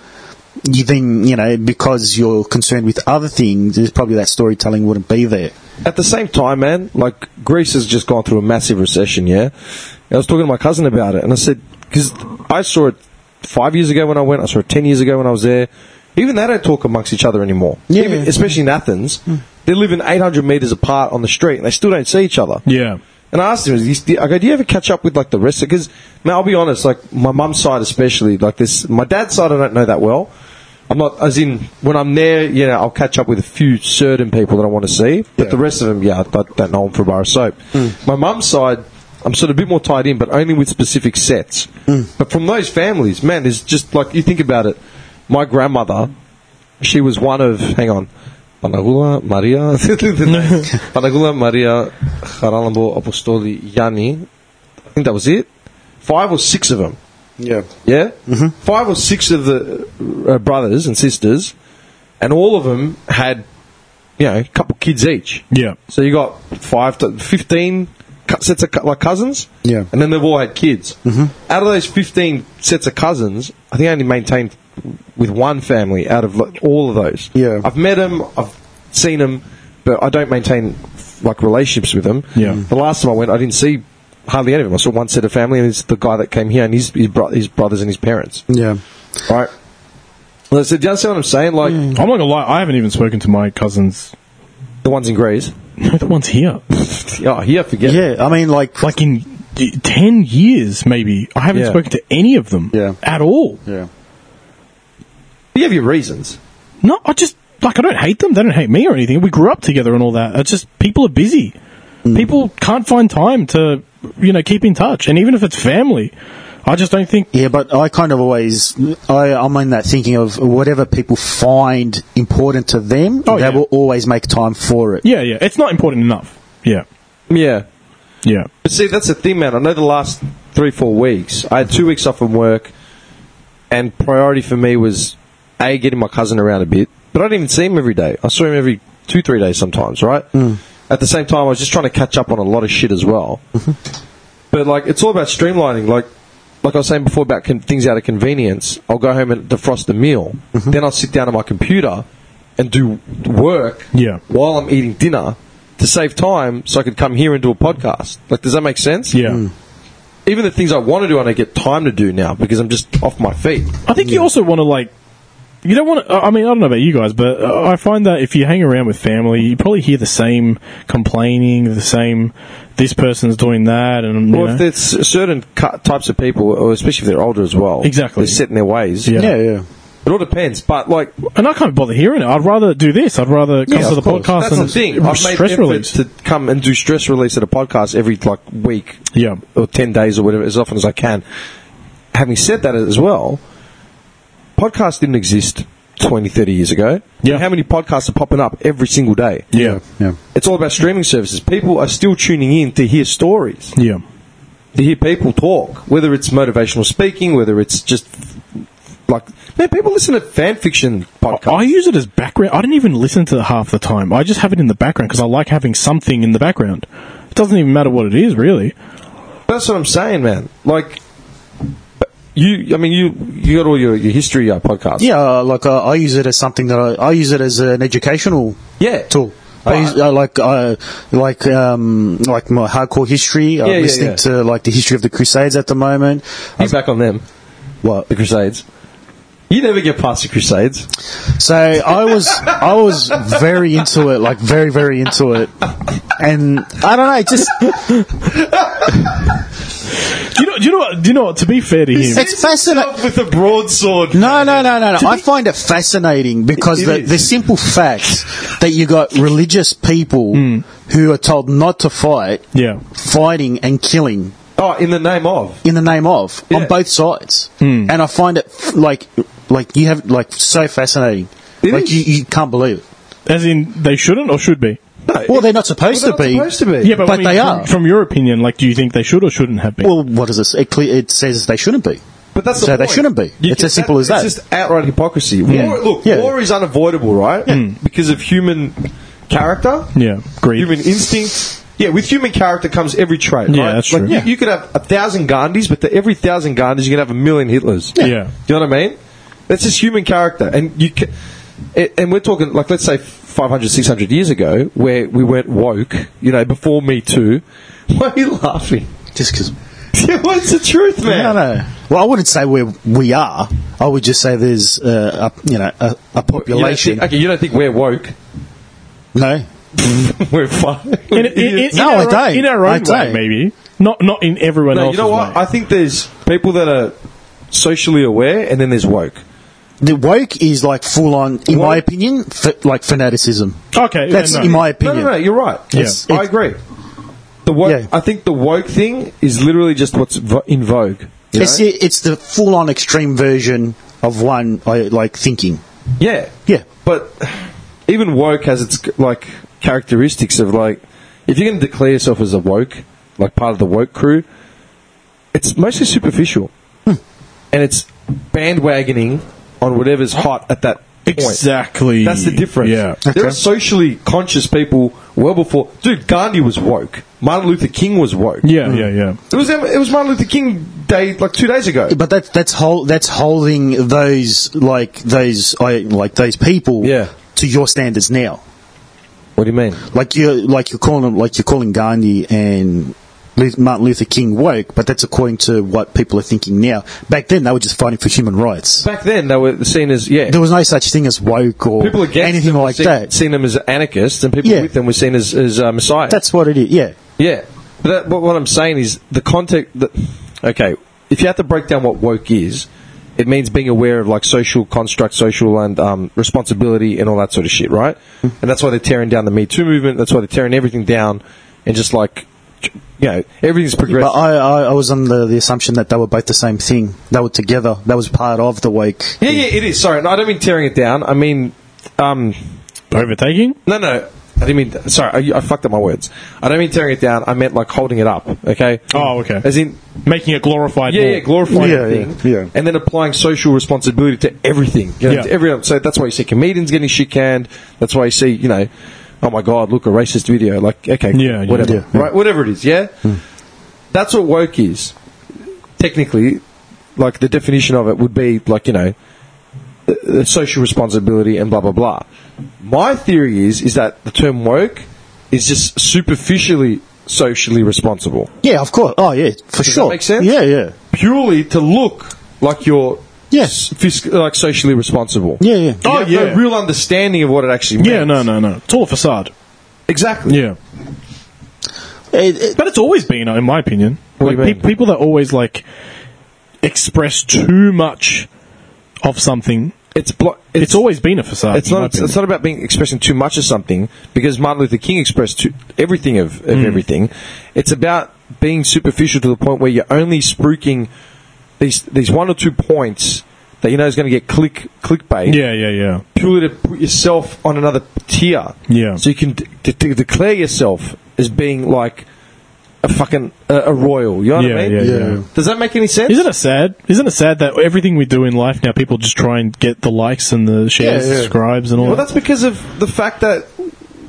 you then you know because you're concerned with other things, there's probably that storytelling wouldn't be there.
At the same time, man, like Greece has just gone through a massive recession. Yeah, I was talking to my cousin about it, and I said because I saw it five years ago when I went, I saw it ten years ago when I was there. Even they don't talk amongst each other anymore.
Yeah.
Even- especially in Athens, they're living 800 meters apart on the street, and they still don't see each other.
Yeah.
And I asked him, is he- I go, do you ever catch up with like the rest? Because man, I'll be honest, like my mum's side especially, like this, my dad's side I don't know that well. I'm not as in when I'm there, you know, I'll catch up with a few certain people that I want to see, but the rest of them, yeah, I don't don't know them for a bar of soap. My mum's side, I'm sort of a bit more tied in, but only with specific sets. But from those families, man, there's just like you think about it. My grandmother, she was one of hang on Panagula Maria, Panagula Maria Haralambo Apostoli Yanni. I think that was it. Five or six of them.
Yeah.
Yeah, five or six of the uh, brothers and sisters, and all of them had, you know, a couple kids each.
Yeah.
So you got five to fifteen cu- sets of cu- like cousins.
Yeah.
And then they've all had kids. Mm-hmm. Out of those fifteen sets of cousins, I think I only maintained with one family out of like, all of those.
Yeah.
I've met them. I've seen them, but I don't maintain like relationships with them.
Yeah.
The last time I went, I didn't see hardly any of them. I saw one set of family, and it's the guy that came here and his his, bro- his brothers and his parents.
Yeah.
Right. Well, so do you understand what I'm saying? Like
I'm not gonna lie, I haven't even spoken to my cousins.
the ones in Greece.
No, the ones here.
Oh, here, forget. it.
Yeah. I mean, like,
Like in d- 10 years, maybe. I haven't
Yeah.
spoken to any of them.
Yeah.
At all.
yeah.
You have your reasons.
No, I just, like, I don't hate them. They don't hate me or anything. We grew up together and all that. It's just, people are busy.
Mm.
People can't find time to, you know, keep in touch. And even if it's family, I just don't think.
Yeah, but I kind of always, I, I'm in that thinking of whatever people find important to them,
Oh,
they
yeah.
will always make time for it.
Yeah, yeah. It's not important enough. Yeah.
Yeah.
Yeah.
But see, that's the thing, man. I know the last three, four weeks, I had two weeks off from work, and priority for me was a getting my cousin around a bit. But I didn't even see him every day. I saw him every two, three days sometimes, right? At the same time, I was just trying to catch up on a lot of shit as well. but like, it's all about streamlining. Like, like I was saying before about con- things out of convenience. I'll go home and defrost the meal, then I'll sit down on my computer and do work
Yeah.
while I'm eating dinner to save time so I could come here and do a podcast. Like, does that make sense?
Yeah.
Mm.
Even the things I want to do, I don't get time to do now because I'm just off my feet.
I think you also want to like. You don't want to. I mean, I don't know about you guys, but uh, I find that if you hang around with family, you probably hear the same complaining, the same this person's doing that, and you
Well,
know.
if there's certain cu- types of people, or especially if they're older as well,
Exactly.
they're set in their ways.
Yeah.
Yeah, yeah.
It all depends. But like,
and I can't bother hearing it. I'd rather do this. I'd rather come
Yeah,
to
of
the
course.
podcast
That's
and
the thing.
and
I've made
stress
efforts
release.
to come and do stress release at a podcast every like week,
Yeah.
or ten days or whatever, as often as I can. Having said that, as well, podcasts didn't exist 20, 30 years ago.
Yeah.
how many podcasts are popping up every single day?
yeah,
Yeah.
It's all about streaming services. People are still tuning in to hear stories,
yeah,
to hear people talk, whether it's motivational speaking, whether it's just like man, people listen to fan fiction podcasts.
I use it as background. I don't even listen to it half the time. I just have it in the background because I like having something in the background. It doesn't even matter what it is, really.
That's what I'm saying, man. Like you, I mean, you you got all your, your history uh, podcasts.
Yeah, uh, like uh, I use it as something that I, I use it as an educational
yeah,
tool.
Right.
I use, uh, like uh, like um, like my hardcore history. I'm
Yeah, yeah,
listening
yeah.
to like the history of the Crusades at the moment.
He's back on them. What the Crusades? You never get past the Crusades.
So I was I was very into it, like very very into it, and I don't know, it just
Do you know? Do you know? What, do you know? What, to be fair to him,
it's fascinating.
With a broadsword.
No, no, no, no, no. I find it fascinating because
It
the,
is.
the simple fact that you got religious people
Hmm.
who are told not to fight,
yeah,
fighting and killing
Oh, in the name of.
in the name of
Yeah. Hmm.
on both sides, and I find it f- like like you have like so fascinating.
It
like
is.
you, you can't believe it.
as in they shouldn't or should be.
No,
Well,
it-
they're not supposed
well,
to
they're
be.
not supposed to be.
Yeah, but,
But
I mean,
they
from,
are.
From your opinion, like, do you think they should or shouldn't have been?
Well, what is this? It, cle- it says they shouldn't be.
But that's the
So they
point.
shouldn't be. It's
can-
as simple as that.
It's just outright hypocrisy. War, look,
Yeah.
war is unavoidable, right? Because of human character.
yeah, greed.
Human instinct. Yeah, with human character comes every trait.
Yeah,
right?
that's
like
true.
You,
Yeah.
you could have a thousand Gandhis, but to every thousand Gandhis, you can have a million Hitlers.
Yeah. Yeah.
Do you know what I mean? That's just human character, and you. Can, a- and we're talking like let's say 500, 600 years ago, where we weren't woke. You know, before Me Too. Why are you laughing?
Just because.
What's the truth, man?
No, no. Well, I wouldn't say we we are. I would just say there's uh, a you know a, a
You don't
population.
think, okay, you don't think we're woke?
no,
We're fine.
In, in, in, in
No,
our,
I don't.
In our own
I
way,
don't.
maybe. Not not in everyone
No,
else's
you know what? I
way.
think there's people that are socially aware, and then there's woke.
the woke is like full on, in my
Woke-
opinion, fa- like fanaticism.
okay,
That's
yeah, no.
in my
No, no,
opinion.
no, you're right.
Yes.
I agree. The woke,
Yeah.
I think the woke thing is literally just what's vo- in vogue. you
It's
know?
the, it's the full on extreme version of one I like thinking.
Yeah.
Yeah.
But even woke has its like characteristics of like if you're going to declare yourself as a woke, like part of the woke crew, it's mostly superficial, and it's bandwagoning on whatever's hot at that point.
Exactly.
That's the difference.
Yeah.
There are socially conscious people well before. Dude, Gandhi was woke. Martin Luther King was woke.
Hmm.
Yeah, yeah, yeah.
It was it was Martin Luther King Day like two days ago.
but that's that's hol- that's holding those like those I, like those people
Yeah.
to your standards now.
What do you mean?
Like you like you're calling like you're calling Gandhi and Lu- Martin Luther King woke, but that's according to what people are thinking now. Back then, they were just fighting for human rights.
Back then they were seen as yeah.
There was no such thing as woke or
People against
anything
them were
like
seen,
that.
Seen them as anarchists, and people
Yeah.
with them were seen as as uh, messiahs.
That's what it is. Yeah,
Yeah, but, that, but what I'm saying is the context. That, okay, if you have to break down what woke is, it means being aware of like social construct, social and um, responsibility, and all that sort of shit, right?
Mm-hmm.
And that's why they're tearing down the Me Too movement. That's why they're tearing everything down, and just like you know, everything's progressing.
but I, I, I was under the assumption that they were both the same thing. They were together. That was part of the woke.
yeah, yeah, it is. Sorry, no, I don't mean tearing it down. I mean, um,
Overtaking?
No, no. I didn't mean. Sorry, I, I fucked up my words. I don't mean tearing it down. I meant like holding it up. Okay.
Oh, okay.
As in,
Making it glorified.
yeah,
more.
yeah, glorifying
Yeah,
everything,
yeah, yeah.
and then applying social responsibility to everything. You know,
Yeah.
to every, so that's why you see comedians getting shit canned. That's why you see, you know, oh my god, look a racist video. Like, okay,
Yeah, yeah.
whatever,
Yeah,
right? Whatever it is, yeah.
Hmm.
That's what woke is. Technically, like the definition of it would be like you know, uh, uh, social responsibility and blah blah blah. My theory is is that the term woke is just superficially socially responsible
Yeah, of course. Oh, yeah, for
that
sure.
make sense?
Yeah, yeah,
purely to look like you're
Yes.
fisc- like socially responsible.
yeah, yeah.
You
Oh,
have
yeah.
no real understanding of what it actually means.
Yeah, no, no, no. It's all a facade.
Exactly.
Yeah.
It- it-
But it's always been, in my opinion.
What
like
do you mean?
pe- people that always like express too much of something.
It's blo-
It's, always been a facade.
it's
in my
not it's,
opinion.
not about being expressing too much of something because Martin Luther King expressed too, everything of, of everything. It's about being superficial to the point where you're only spruiking these these one or two points that you know is going to get click clickbait.
yeah, yeah, yeah.
purely to put yourself on another tier.
Yeah.
So you can de- de- de- declare yourself as being like a fucking uh, a royal. You know what
Yeah,
I mean?
yeah, yeah.
Does that make any sense?
Isn't it sad? Isn't it sad that everything we do in life now, people just try and get the likes and the shares,
Yeah, yeah.
subscribes, and all
Well,
that?
that's because of the fact that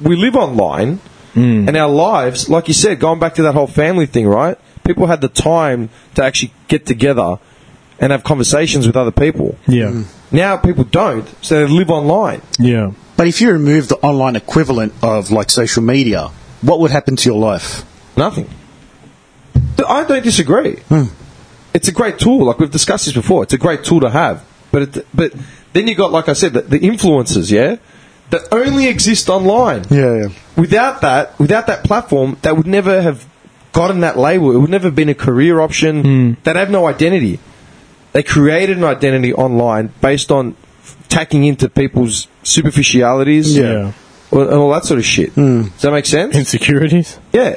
we live online
Hmm.
and our lives, like you said, going back to that whole family thing, right? People had the time to actually get together and have conversations with other people.
Yeah,
Mm.
Now people don't, so they live online.
yeah.
but if you remove the online equivalent of like social media, what would happen to your life?
Nothing. But I don't disagree.
Hmm.
It's a great tool. Like we've discussed this before, it's a great tool to have. But it, but then you got, like I said, the, the influencers, yeah, that only exist online.
Yeah, yeah.
Without that, without that platform, that would never have gotten that label. It would never have been a career option.
Hmm.
They'd have no identity. They created an identity online based on tacking into people's superficialities,
Yeah.
and all that sort of shit.
Hmm.
Does that make sense?
Insecurities.
Yeah.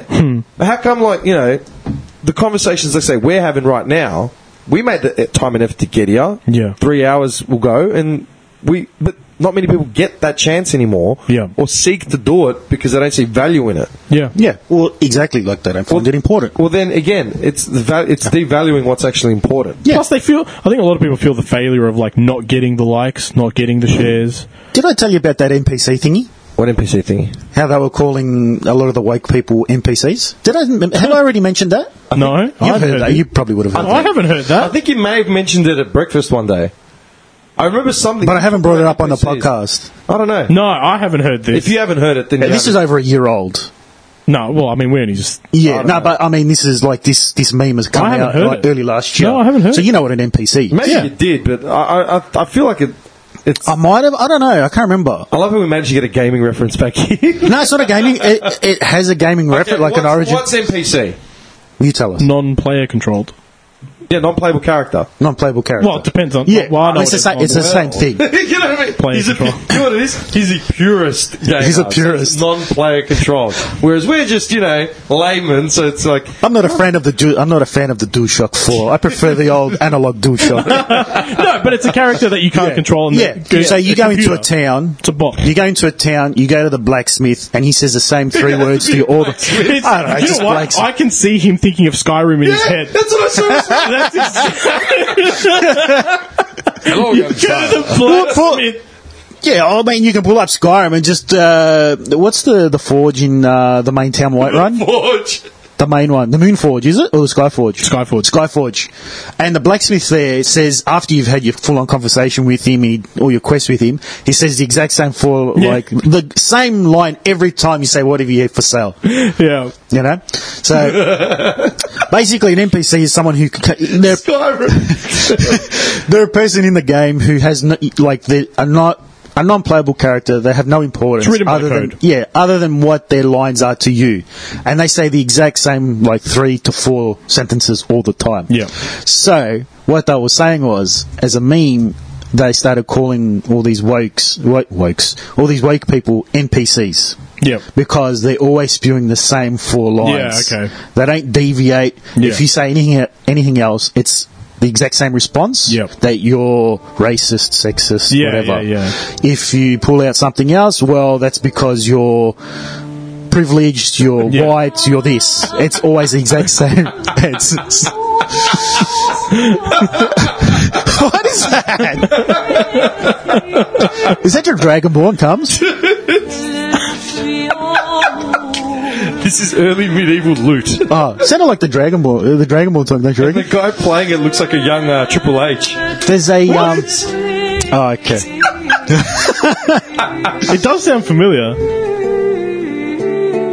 But How come, like, you know, the conversations, let's say, we're having right now, we made the uh, time and effort to get here.
Yeah.
Three hours will go, and we, but not many people get that chance anymore.
Yeah.
Or seek to do it because they don't see value in it.
Yeah,
Yeah, well, exactly like that. I find it important.
Well, then again, it's the val- it's devaluing what's actually important.
Yeah.
Plus, they feel. I think a lot of people feel the failure of like not getting the likes, not getting the shares.
Did I tell you about that NPC thingy?
What NPC thing?
How they were calling a lot of the woke people NPCs? Did I have I already mentioned that?
no, I
You've
haven't
heard that.
it.
You probably would have heard
I
that.
haven't heard
I
that.
think you may have mentioned it at breakfast one day. I remember something,
But I haven't brought it up on the
NPCs.
podcast.
I don't know.
No, I haven't heard this.
If you haven't heard it, then you
This is
haven't.
over a year old.
no, well, I mean, we only just.
I
Yeah,
don't
no,
know.
but I mean, this is like this. This meme has come
I haven't
out
heard
like
it.
early last year.
No, I haven't heard
So
it.
you know what an NPC?
maybe
Yeah.
you did, but I I- I, I feel like it. It's
I might have. I don't know. I can't remember.
I love how we managed to get a gaming reference back here.
No, it's not a gaming. It, it has a gaming reference, like an
what's-
origin.
What's NPC?
You tell us.
non-player controlled.
Yeah, non-playable character.
non-playable character.
Well, it depends on-
Yeah,
well, I know
it's, the
what
same,
it is
it's the
on
same thing.
you know what I mean?
Player
he's
control.
A, you know what it is? He's the purist. gamer.
He's a purist.
Non-player control. Whereas we're just you know laymen, so it's like
I'm not a fan of the. Du- I'm not a fan of the DualShock 4. I prefer the old analog DualShock.
no, but it's a character that you can't control. And
yeah.
that goes-
so you
it's a
go into a
computer.
town.
It's a bot.
You go into a town. You go to the blacksmith, and he says the same three words to you all. The-
It's-
I don't know.
you
Just
know what?
blacksmith.
I can see him thinking of Skyrim in his head.
that's what I saw.
That's
Hello, young child.
exactly.
Yeah, I mean, you can pull up Skyrim and just uh, what's the the forge in uh, the main town Whiterun?
Forge.
The main one, the Moon Forge, is it? Or the Sky Forge? Sky Forge. Sky Forge. And the blacksmith there says, after you've had your full-on conversation with him, he, or your quest with him, he says the exact same for
Yeah.
like the same line every time you say, "What have you had for sale?"
yeah.
You know. So basically, an NPC is someone who c- they're they're a person in the game who has no, like they are not. A non-playable character, they have no importance
It's written by
other
code.
than yeah, other than what their lines are to you, and they say the exact same like three to four sentences all the time.
Yeah.
So what they were saying was, as a meme, they started calling all these wokes, woke, wokes, all these woke people NPCs
Yeah.
because they're always spewing the same four lines.
Yeah, okay.
They don't deviate.
Yeah.
If you say anything anything else, it's the exact same response
Yep.
that you're racist, sexist,
Yeah,
whatever.
yeah,
If you pull out something else, well, that's because you're privileged, you're
Yeah.
white, you're this. It's always the exact same. it's, it's- what is that? is that your Dragonborn comes?
This is early medieval loot.
Oh, sounded like the Dragon Ball, uh, the Dragon Ball talk, don't you
The
reckon?
guy playing it looks like a young uh, Triple H.
There's a, um, oh, okay.
It does sound familiar.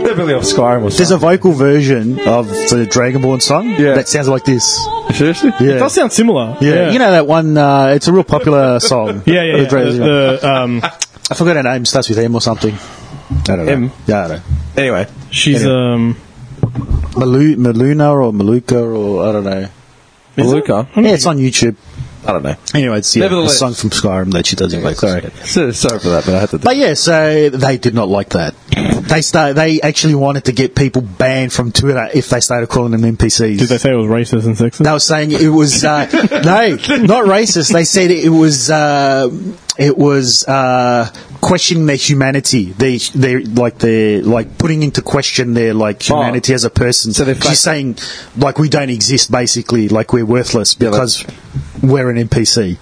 Definitely off Skyrim or
There's
something.
a vocal version of the Dragon Ball song
Yeah.
that sounds like this.
Seriously?
It
Yeah.
does sound similar.
Yeah. You know that one, uh, it's a real popular song.
Yeah, yeah,
The
yeah.
Dra-
The, the, um,
I forgot her name, starts with M or something. I don't know.
M.
Yeah, I don't know.
Anyway,
she's um,
Malu- Maluna or Maluka or I don't know.
Maluka.
Yeah, it's on YouTube.
I don't know.
Anyway, it's yeah, a
Nevertheless.
song from Skyrim that she doesn't like. Sorry.
So, sorry for that, but I had to. Do
But yeah, so they did not like that. They start. They actually wanted to get people banned from Twitter if they started calling them NPCs.
did they say it was racist and sexist?
They were saying it was uh, no, not racist. They said it was uh, it was uh, questioning their humanity. They they like they like putting into question their like humanity as a person.
So they're fa-
she's saying like we don't exist basically, like we're worthless because we're an NPC.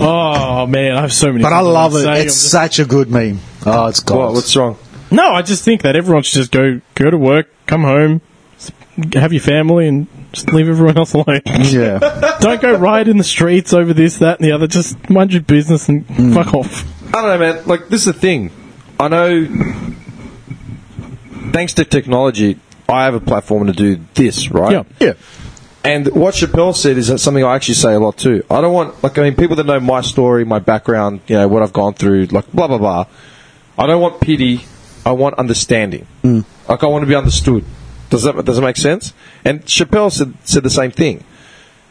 Oh man, I have so many.
But I
things
love
wanna
it.
say. I'm
It's
just-
such a good meme. Oh, it's
What,
gold.
what's wrong?
no, I just think that everyone should just go go to work, come home, s- have your family, and just leave everyone else alone.
yeah.
Don't go riot in the streets over this, that, and the other. Just mind your business and fuck off.
I don't know, man. Like, this is the thing. I know, thanks to technology, I have a platform to do this, right?
Yeah.
Yeah.
And what Chappelle said is that something I actually say a lot too. I don't want, like, I mean, people that know my story, my background, you know, what I've gone through, like, blah, blah, blah. I don't want pity. I want understanding. Like, I want to be understood. Does that, does that make sense? And Chappelle said, said the same thing.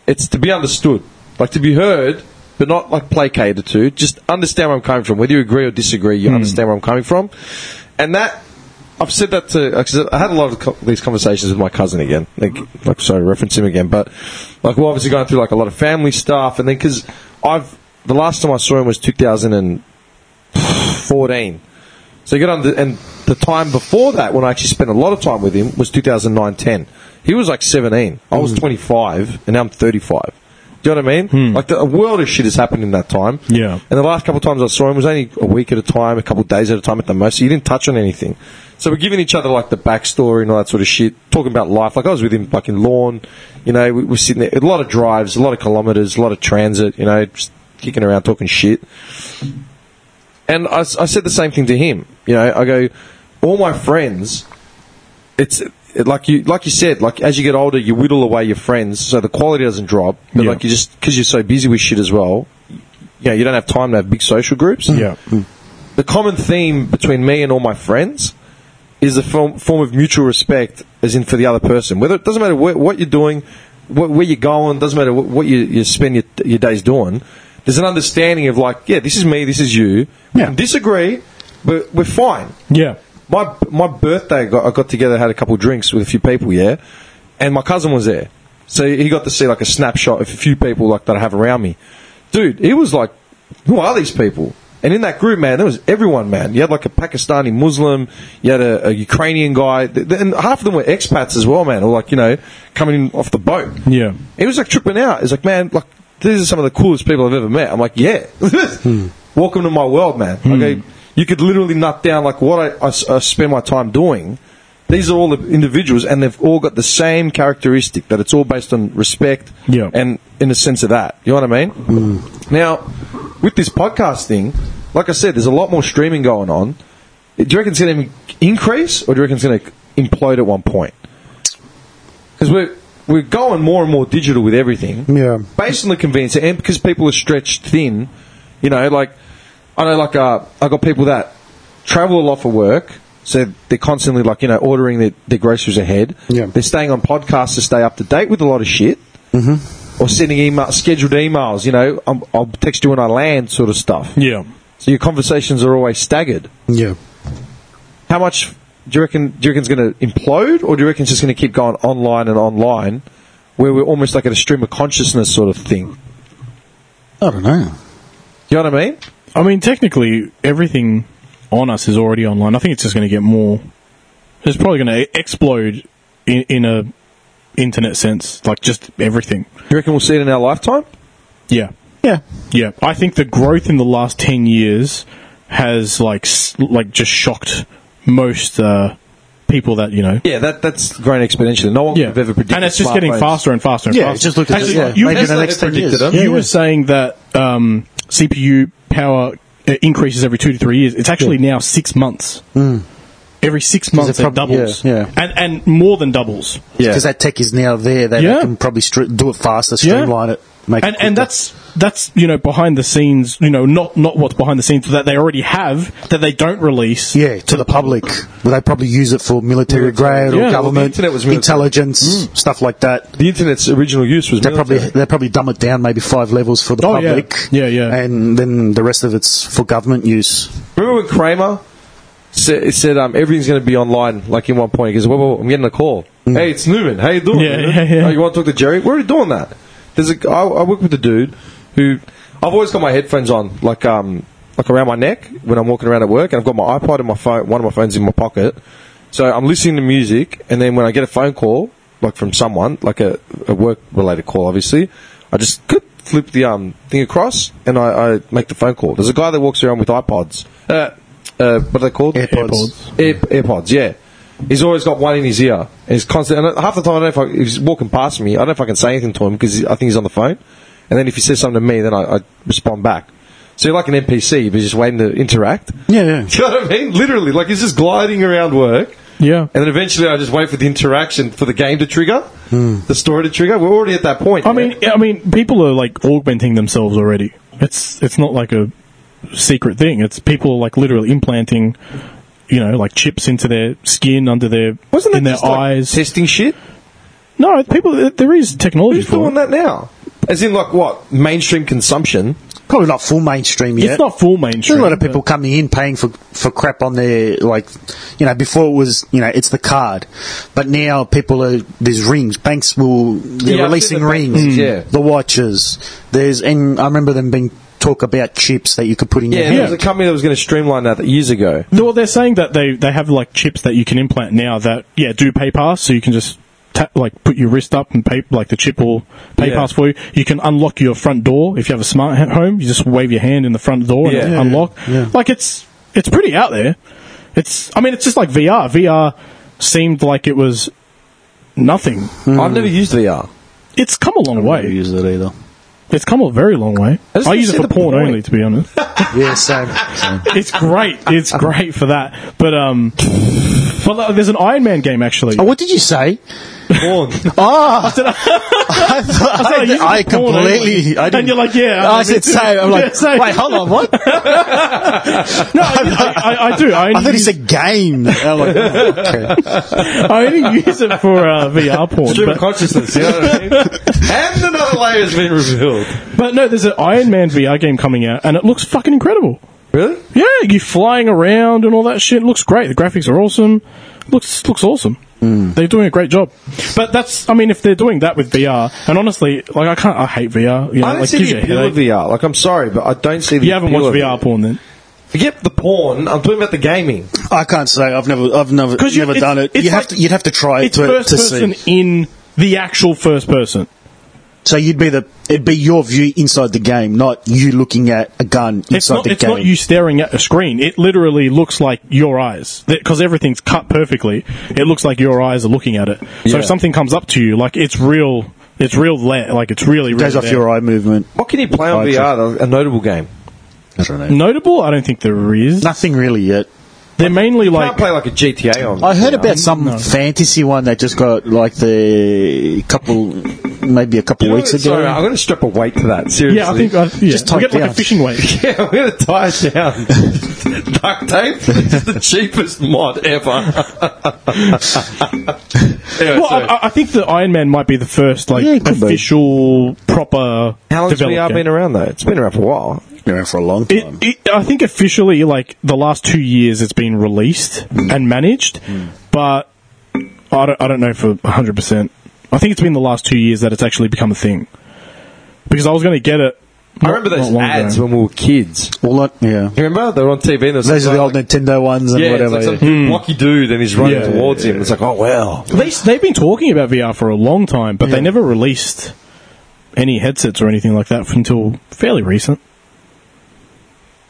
It's to be understood, like, to be heard, but not, like, placated to. Just understand where I'm coming from. Whether you agree or disagree, you understand where I'm coming from. And that, I've said that to. 'cause I had a lot of co- these conversations with my cousin again. Like, like sorry, reference him again, but like we're obviously going through like a lot of family stuff, and then because I've the last time I saw him was 2014. So you got under, and the time before that when I actually spent a lot of time with him was 2009 10. He was like 17. I was 25, and now I'm 35. Do you know what I mean? Like the, a world of shit has happened in that time.
Yeah.
And the last couple of times I saw him was only a week at a time, a couple of days at a time at the most. So you didn't touch on anything. So we're giving each other like the backstory and all that sort of shit, talking about life. Like I was with him fucking lawn, you know, we, we're sitting there, a lot of drives, a lot of kilometers, a lot of transit, you know, just kicking around talking shit. And I, s- I said the same thing to him. You know, I go, all my friends, it's it, like you like you said, like as you get older, you whittle away your friends, so the quality doesn't drop. But
Yeah.
like you just because you're so busy with shit as well, you know, you don't have time to have big social groups. The common theme between me and all my friends is a form, form of mutual respect, as in for the other person. Whether it doesn't matter wh- what you're doing, wh- where you're going, doesn't matter what, what you, you spend your, your days doing. There's an understanding of like, yeah, this is me, this is you. We
Yeah.
can disagree, but we're fine.
Yeah.
My my birthday, I got, I got together, had a couple drinks with a few people, yeah, and my cousin was there, so he got to see like a snapshot of a few people like that I have around me. Dude, he was like, who are these people? And in that group, man, there was everyone, man. You had like a Pakistani Muslim, you had a, a Ukrainian guy, th- th- and half of them were expats as well, man. Or like you know, coming in off the boat.
Yeah.
It was like tripping out. It's like, man, like these are some of the coolest people I've ever met. I'm like, yeah, welcome to my world, man. Okay, you could literally nut down like what I, I s- I spend my time doing. These are all the individuals, and they've all got the same characteristic that it's all based on respect
Yeah.
and in a sense of that. You know what I mean? Now, with this podcast thing, like I said, there's a lot more streaming going on. Do you reckon it's going to increase, or do you reckon it's going to implode at one point? because we're we're going more and more digital with everything.
Yeah.
Based on the convenience, and because people are stretched thin, you know, like I know, like uh, I got people that travel a lot for work, so they're constantly like you know ordering their, their groceries ahead.
Yeah.
They're staying on podcasts to stay up to date with a lot of shit. Mm-hmm. Or sending email, scheduled emails, you know, i I'll text you when I land, sort of stuff.
Yeah.
So your conversations are always staggered.
Yeah.
How much do you reckon? Do you reckon it's going to implode, or do you reckon it's just going to keep going online and online, where we're almost like at a stream of consciousness sort of thing?
I don't know.
You know what I mean?
I mean, technically, everything on us is already online. I think it's just going to get more. It's probably going to explode in, in a internet sense, like just everything.
Do you reckon we'll see it in our lifetime?
Yeah,
Yeah.
yeah. I think the growth in the last ten years has like s- like just shocked most uh, people that you know.
Yeah, that that's grown exponentially. No one could
Yeah,
have ever predicted.
and it's just getting
smartphones.
faster and faster and
Yeah,
faster.
just look at
Actually,
this, yeah.
you-
Maybe in the
Tesla
next 10
predicted
years.
them.
you were saying that um, CPU power uh, increases every two to three years. It's actually now six months. Every six months,
Mm. it
it,
prob-
doubles,
yeah, yeah.
and and more than doubles.
Yeah.
Because that tech is now there. They
Yeah.
can probably str- do it faster, streamline it. Make
and
it
and
quicker.
that's that's you know behind the scenes. You know, not not what's behind the scenes that they already have that they don't release.
Yeah, to the public. Well, they probably use it for military grade
Yeah, well,
or
the
government,
internet was military.
intelligence, stuff like that.
The internet's original use was
They probably
military.
they probably dumb it down maybe five levels for the
Oh, yeah.
public.
Yeah, yeah.
And then the rest of it's for government use.
Remember when Kramer said, said um, everything's going to be online, like in one point? He goes, whoa, whoa, whoa, I'm getting a call.
Mm.
Hey, it's Newman. How you doing?
Yeah,
Newman?
yeah, yeah.
Oh, you want to talk to Jerry? We're already doing that. There's a, g- I, I work with a dude who, I've always got my headphones on, like, um, like around my neck when I'm walking around at work, and I've got my iPod and my phone, one of my phones in my pocket. So I'm listening to music, and then when I get a phone call, like from someone, like a, a work-related call, obviously, I just could flip the um, thing across, and I, I make the phone call. There's a guy that walks around with iPods. Uh, uh, what are they called?
AirPods.
Air, AirPods, yeah. He's always got one in his ear. He's constant, and half the time I don't know if I, if he's walking past me. I don't know if I can say anything to him because I think he's on the phone. And then if he says something to me, then I, I respond back. So you're like an NPC, but just waiting to interact.
Yeah, yeah.
You know what I mean? Literally, like he's just gliding around work.
Yeah.
And then eventually, I just wait for the interaction for the game to trigger, the story to trigger. We're already at that point.
I mean, I mean, people are like augmenting themselves already. It's it's not like a secret thing. It's people are like literally implanting, you know, like chips into their skin, under their
wasn't that
in their
just, like,
eyes.
testing shit?
no, people, there is technology
Who's
for
doing
it.
that now? As in, like what mainstream consumption?
Probably not full mainstream yet.
It's not full
There's
mainstream.
a lot of
but-
people coming in paying for, for crap on their, like, you know, before it was, you know, it's the card. But now people are, there's rings. Banks will, they're
Yeah, I've
releasing
seen the bank
rings.
things, yeah.
The watches. There's, and I remember them being talk about chips that you could put in
Yeah,
your
there
hand.
was a company that was going to streamline that years ago.
No, well, they're saying that they, they have like chips that you can implant now that yeah do pay pass, so you can just tap, like put your wrist up and pay like the chip will pay
Yeah.
pass for you. You can unlock your front door if you have a smart ha- home. You just wave your hand in the front door and
Yeah.
it'll
Yeah,
unlock.
yeah.
Like it's it's pretty out there. It's I mean it's just like VR. VR seemed like it was nothing.
I've never used VR.
It's come a long
I don't
way.
use it either.
It's come a very long way.
I just
I
don't
use it
see
for
the
porn
point.
only, to be honest
Yeah, same. same.
it's great. It's great for that. But um, But like, there's an Iron Man game actually.
Oh, what did you say?
Porn.
Oh,
I
I, thought-
thought you
I
said porn,
completely.
eh?
I didn't,
and you're like, yeah.
I said same. I'm like,
Yeah, same.
wait, hold on, what?
no, I, did- I, I, I do. I only,
I thought he
use,
said game. I'm like, oh, okay.
I only use it for uh, VR porn.
Stream of
But,
consciousness, you know what I mean? and another layer has been revealed.
but no, there's an Iron Man VR game coming out, and it looks fucking incredible.
Really?
Yeah, you flying around and all that shit. It looks great. The graphics are awesome. Looks looks awesome.
Mm.
They're doing a great job. But that's, I mean, if they're doing that with VR, and honestly, like I can't, I hate VR. You know,
I don't
like,
see
gives
the
you a
appeal of
headache.
VR. Like, I'm sorry, but I don't see the
You haven't
appeal
watched
of
VR
it.
porn then.
Forget the porn. I'm talking about the gaming.
I can't say. I've never, I've never,
'Cause you-
never
it's-
done it.
it's
You have
like-
to, you'd have to try it
It's
to,
first
to
person
see.
in the actual first person.
So you'd be the, it'd be your view inside the game, not you looking at a gun inside
It's not,
the
it's
game.
not you staring at a screen. It literally looks like your eyes because everything's cut perfectly. It looks like your eyes are looking at it. So
Yeah.
if something comes up to you, like it's real, it's real. la- Like it's really, really
Goes off
there.
your eye movement.
What can you play on
Oh,
VR? though? A notable game.
I don't know.
Notable? I don't think there is.
Nothing really yet.
They're mainly
Like,
like
Can't play like a GTA on.
I heard
VR.
about
Mm,
some fantasy one that just got like the couple, maybe a couple
You know
weeks
what?
ago.
Sorry, I'm going to strap a weight to that. Seriously.
yeah. I think I, yeah.
Just
we
type
get like a
down.
fishing weight.
Yeah, we're going to tie it down. Duct tape is the cheapest mod ever. anyway,
Well,
sorry.
I, I think the Iron Man might be the first like
Yeah, it could be.
official proper.
How long's
developed
VR
game.
been around though? It's been around for a while.
Been around for a long
It, it, I think officially, like the last two years, it's been released
Mm.
and managed, but I don't, I don't know for hundred percent. I think it's been the last two years that it's actually become a thing. Because I was going to get it.
I remember those ads when we were kids.
Well, not, yeah.
You remember they were on TV. And there was
Those are
some
the
guy
old Nintendo ones and
Yeah,
whatever.
it's like some dude, blocky dude, and he's running
Yeah.
towards him. It's like, oh wow.
They, they've been talking about VR for a long time, but they never released any headsets or anything like that until fairly recent.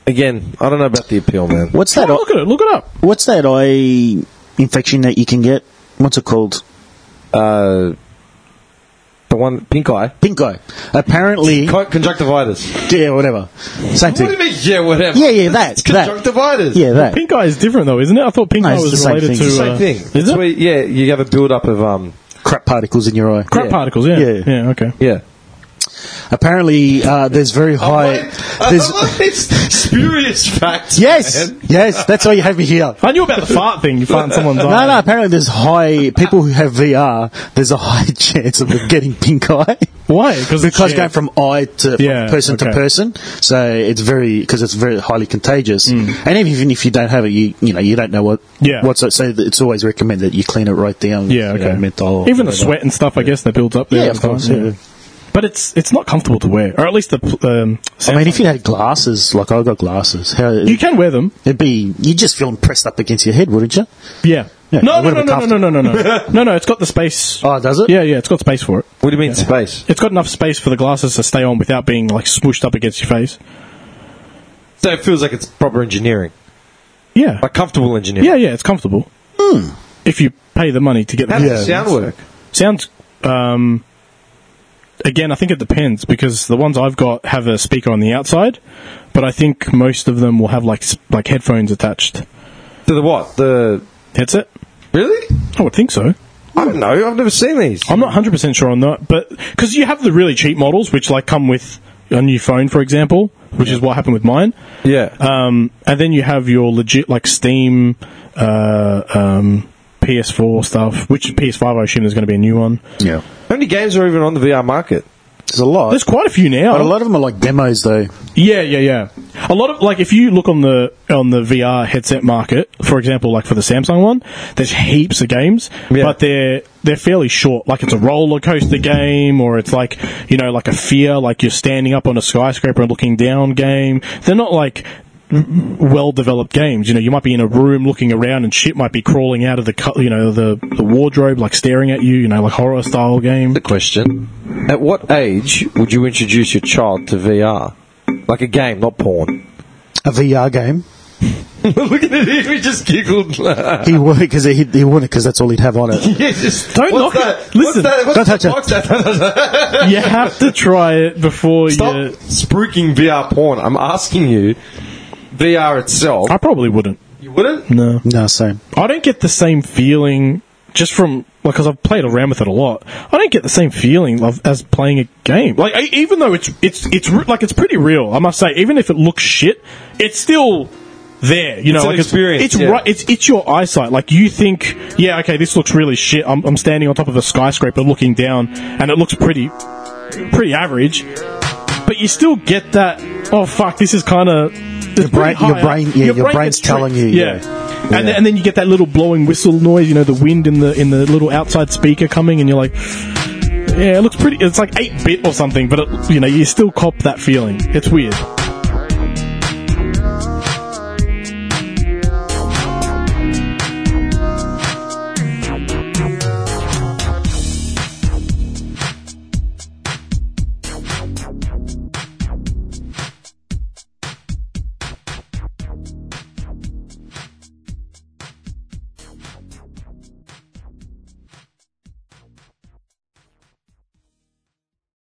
Again, I don't know about the appeal, man.
What's that?
Oh, look at it. Look it up.
What's that eye infection that you can get? What's it called?
Uh, the one pink eye,
Pink eye. Apparently,
Con- conjunctivitis.
yeah, whatever. Same
What do
thing.
you mean? Yeah, whatever.
Yeah, yeah, that,
It's
that.
conjunctivitis.
Yeah, that.
Pink Eye is different though, isn't it? I thought Pink
No,
Eye
it's the
was
same
related
thing.
to
It's the
same
uh,
thing.
Is
It's
it?
where, yeah, you have a build up of um,
Crap particles in your eye.
crap
yeah.
particles. Yeah,
Yeah.
yeah, okay.
yeah.
Apparently, uh, there's very high. there's,
spurious facts.
yes, yes. That's why you have me here.
I knew about the fart thing. You fart in someone's
No,
eye.
no. Apparently, there's high people who have VR. There's a high chance of them getting pink eye
Why? Because
because going from eye to from
Yeah,
person to
okay.
person. So it's very because it's very highly contagious. And even if you don't have it, you you know you don't know what
Mm. Yeah.
what's it. So it's always recommended that you clean it right down.
yeah, okay.
You know, menthol.
Even the sweat and stuff, I guess, that builds up. There
Yeah,
and
of course.
stuff,
yeah.
But it's it's not comfortable to wear, or at least the pl- um.
I mean, if you had glasses, like I got glasses, how,
you can wear them,
it'd be you'd just feel them pressed up against your head, wouldn't you?
yeah.
Yeah,
no,
it
no,
would've
no,
been
no, no, no, no, no, no, no, no. It's got the space.
Oh, does it?
Yeah, yeah. It's got space for it.
What do you mean space?
It's got enough space for the glasses to stay on without being like smooshed up against your face.
So it feels like it's proper engineering,
Yeah,
like comfortable engineering.
yeah, yeah. It's comfortable. If you pay the money to get
Hmm. How
them.
does the sound work?
Sounds. Um, again, I think it depends because the ones I've got have a speaker on the outside, but I think most of them will have like s- like headphones attached.
To the what? The
Headset?
really?
I would think so.
I don't know. I've never seen these.
I'm not 100 percent sure on that, but because you have the really cheap models, which like come with a new phone, for example, which is what happened with mine.
Yeah.
Um, and then you have your legit like Steam, uh, um, PS4 stuff, which PS5 I assume is going to be a new one.
Yeah.
How many games are even on the VR market?
There's a lot.
There's quite a few now.
but a lot of them are like demos, though.
Yeah, yeah, yeah. A lot of like if you look on the on the VR headset market, for example, like for the Samsung one, there's heaps of games,
Yeah.
but they're they're fairly short. Like it's a roller coaster game, or it's like you know like a fear, like you're standing up on a skyscraper and looking down game. They're not like well developed games. You know, you might be in a room looking around and shit might be crawling out of the cu- you know the the wardrobe, like staring at you. You know, like horror style game.
The question: At what age would you introduce your child to VR? Like a game, not porn.
A VR game.
Looking at him, he just giggled.
He would because he he wouldn't because that's all he'd have on it.
Yeah, just,
Don't
what's
knock
that?
it. Listen,
what's
don't
that?
touch it.
What's that? What's that?
you have to try it before
Stop
you.
spooking VR porn. I'm asking you. VR itself.
I probably wouldn't.
You You wouldn't?
No.
No, same.
I don't get the same feeling just from because I've played around with it a lot. I don't get the same feeling of, as playing a game. Like I, even though it's it's it's re- like it's pretty real. I must say, even if it looks shit, it's still there. You know,
an
like
experience,
It's,
yeah.
right. It's it's your eyesight. Like you think, yeah, okay, this looks really shit. I'm, I'm standing on top of a skyscraper looking down, and it looks pretty pretty average. But you still get that. Oh fuck! This is kind of your
brain- your brain- yeah, your brain's
gets tricked.
telling you,
yeah.
yeah.
And, then, and then you get that little blowing whistle noise, you know, the wind in the in the little outside speaker coming, and you're like, yeah, it looks pretty. It's like eight bit or something, but it, you know, you still cop that feeling. It's weird.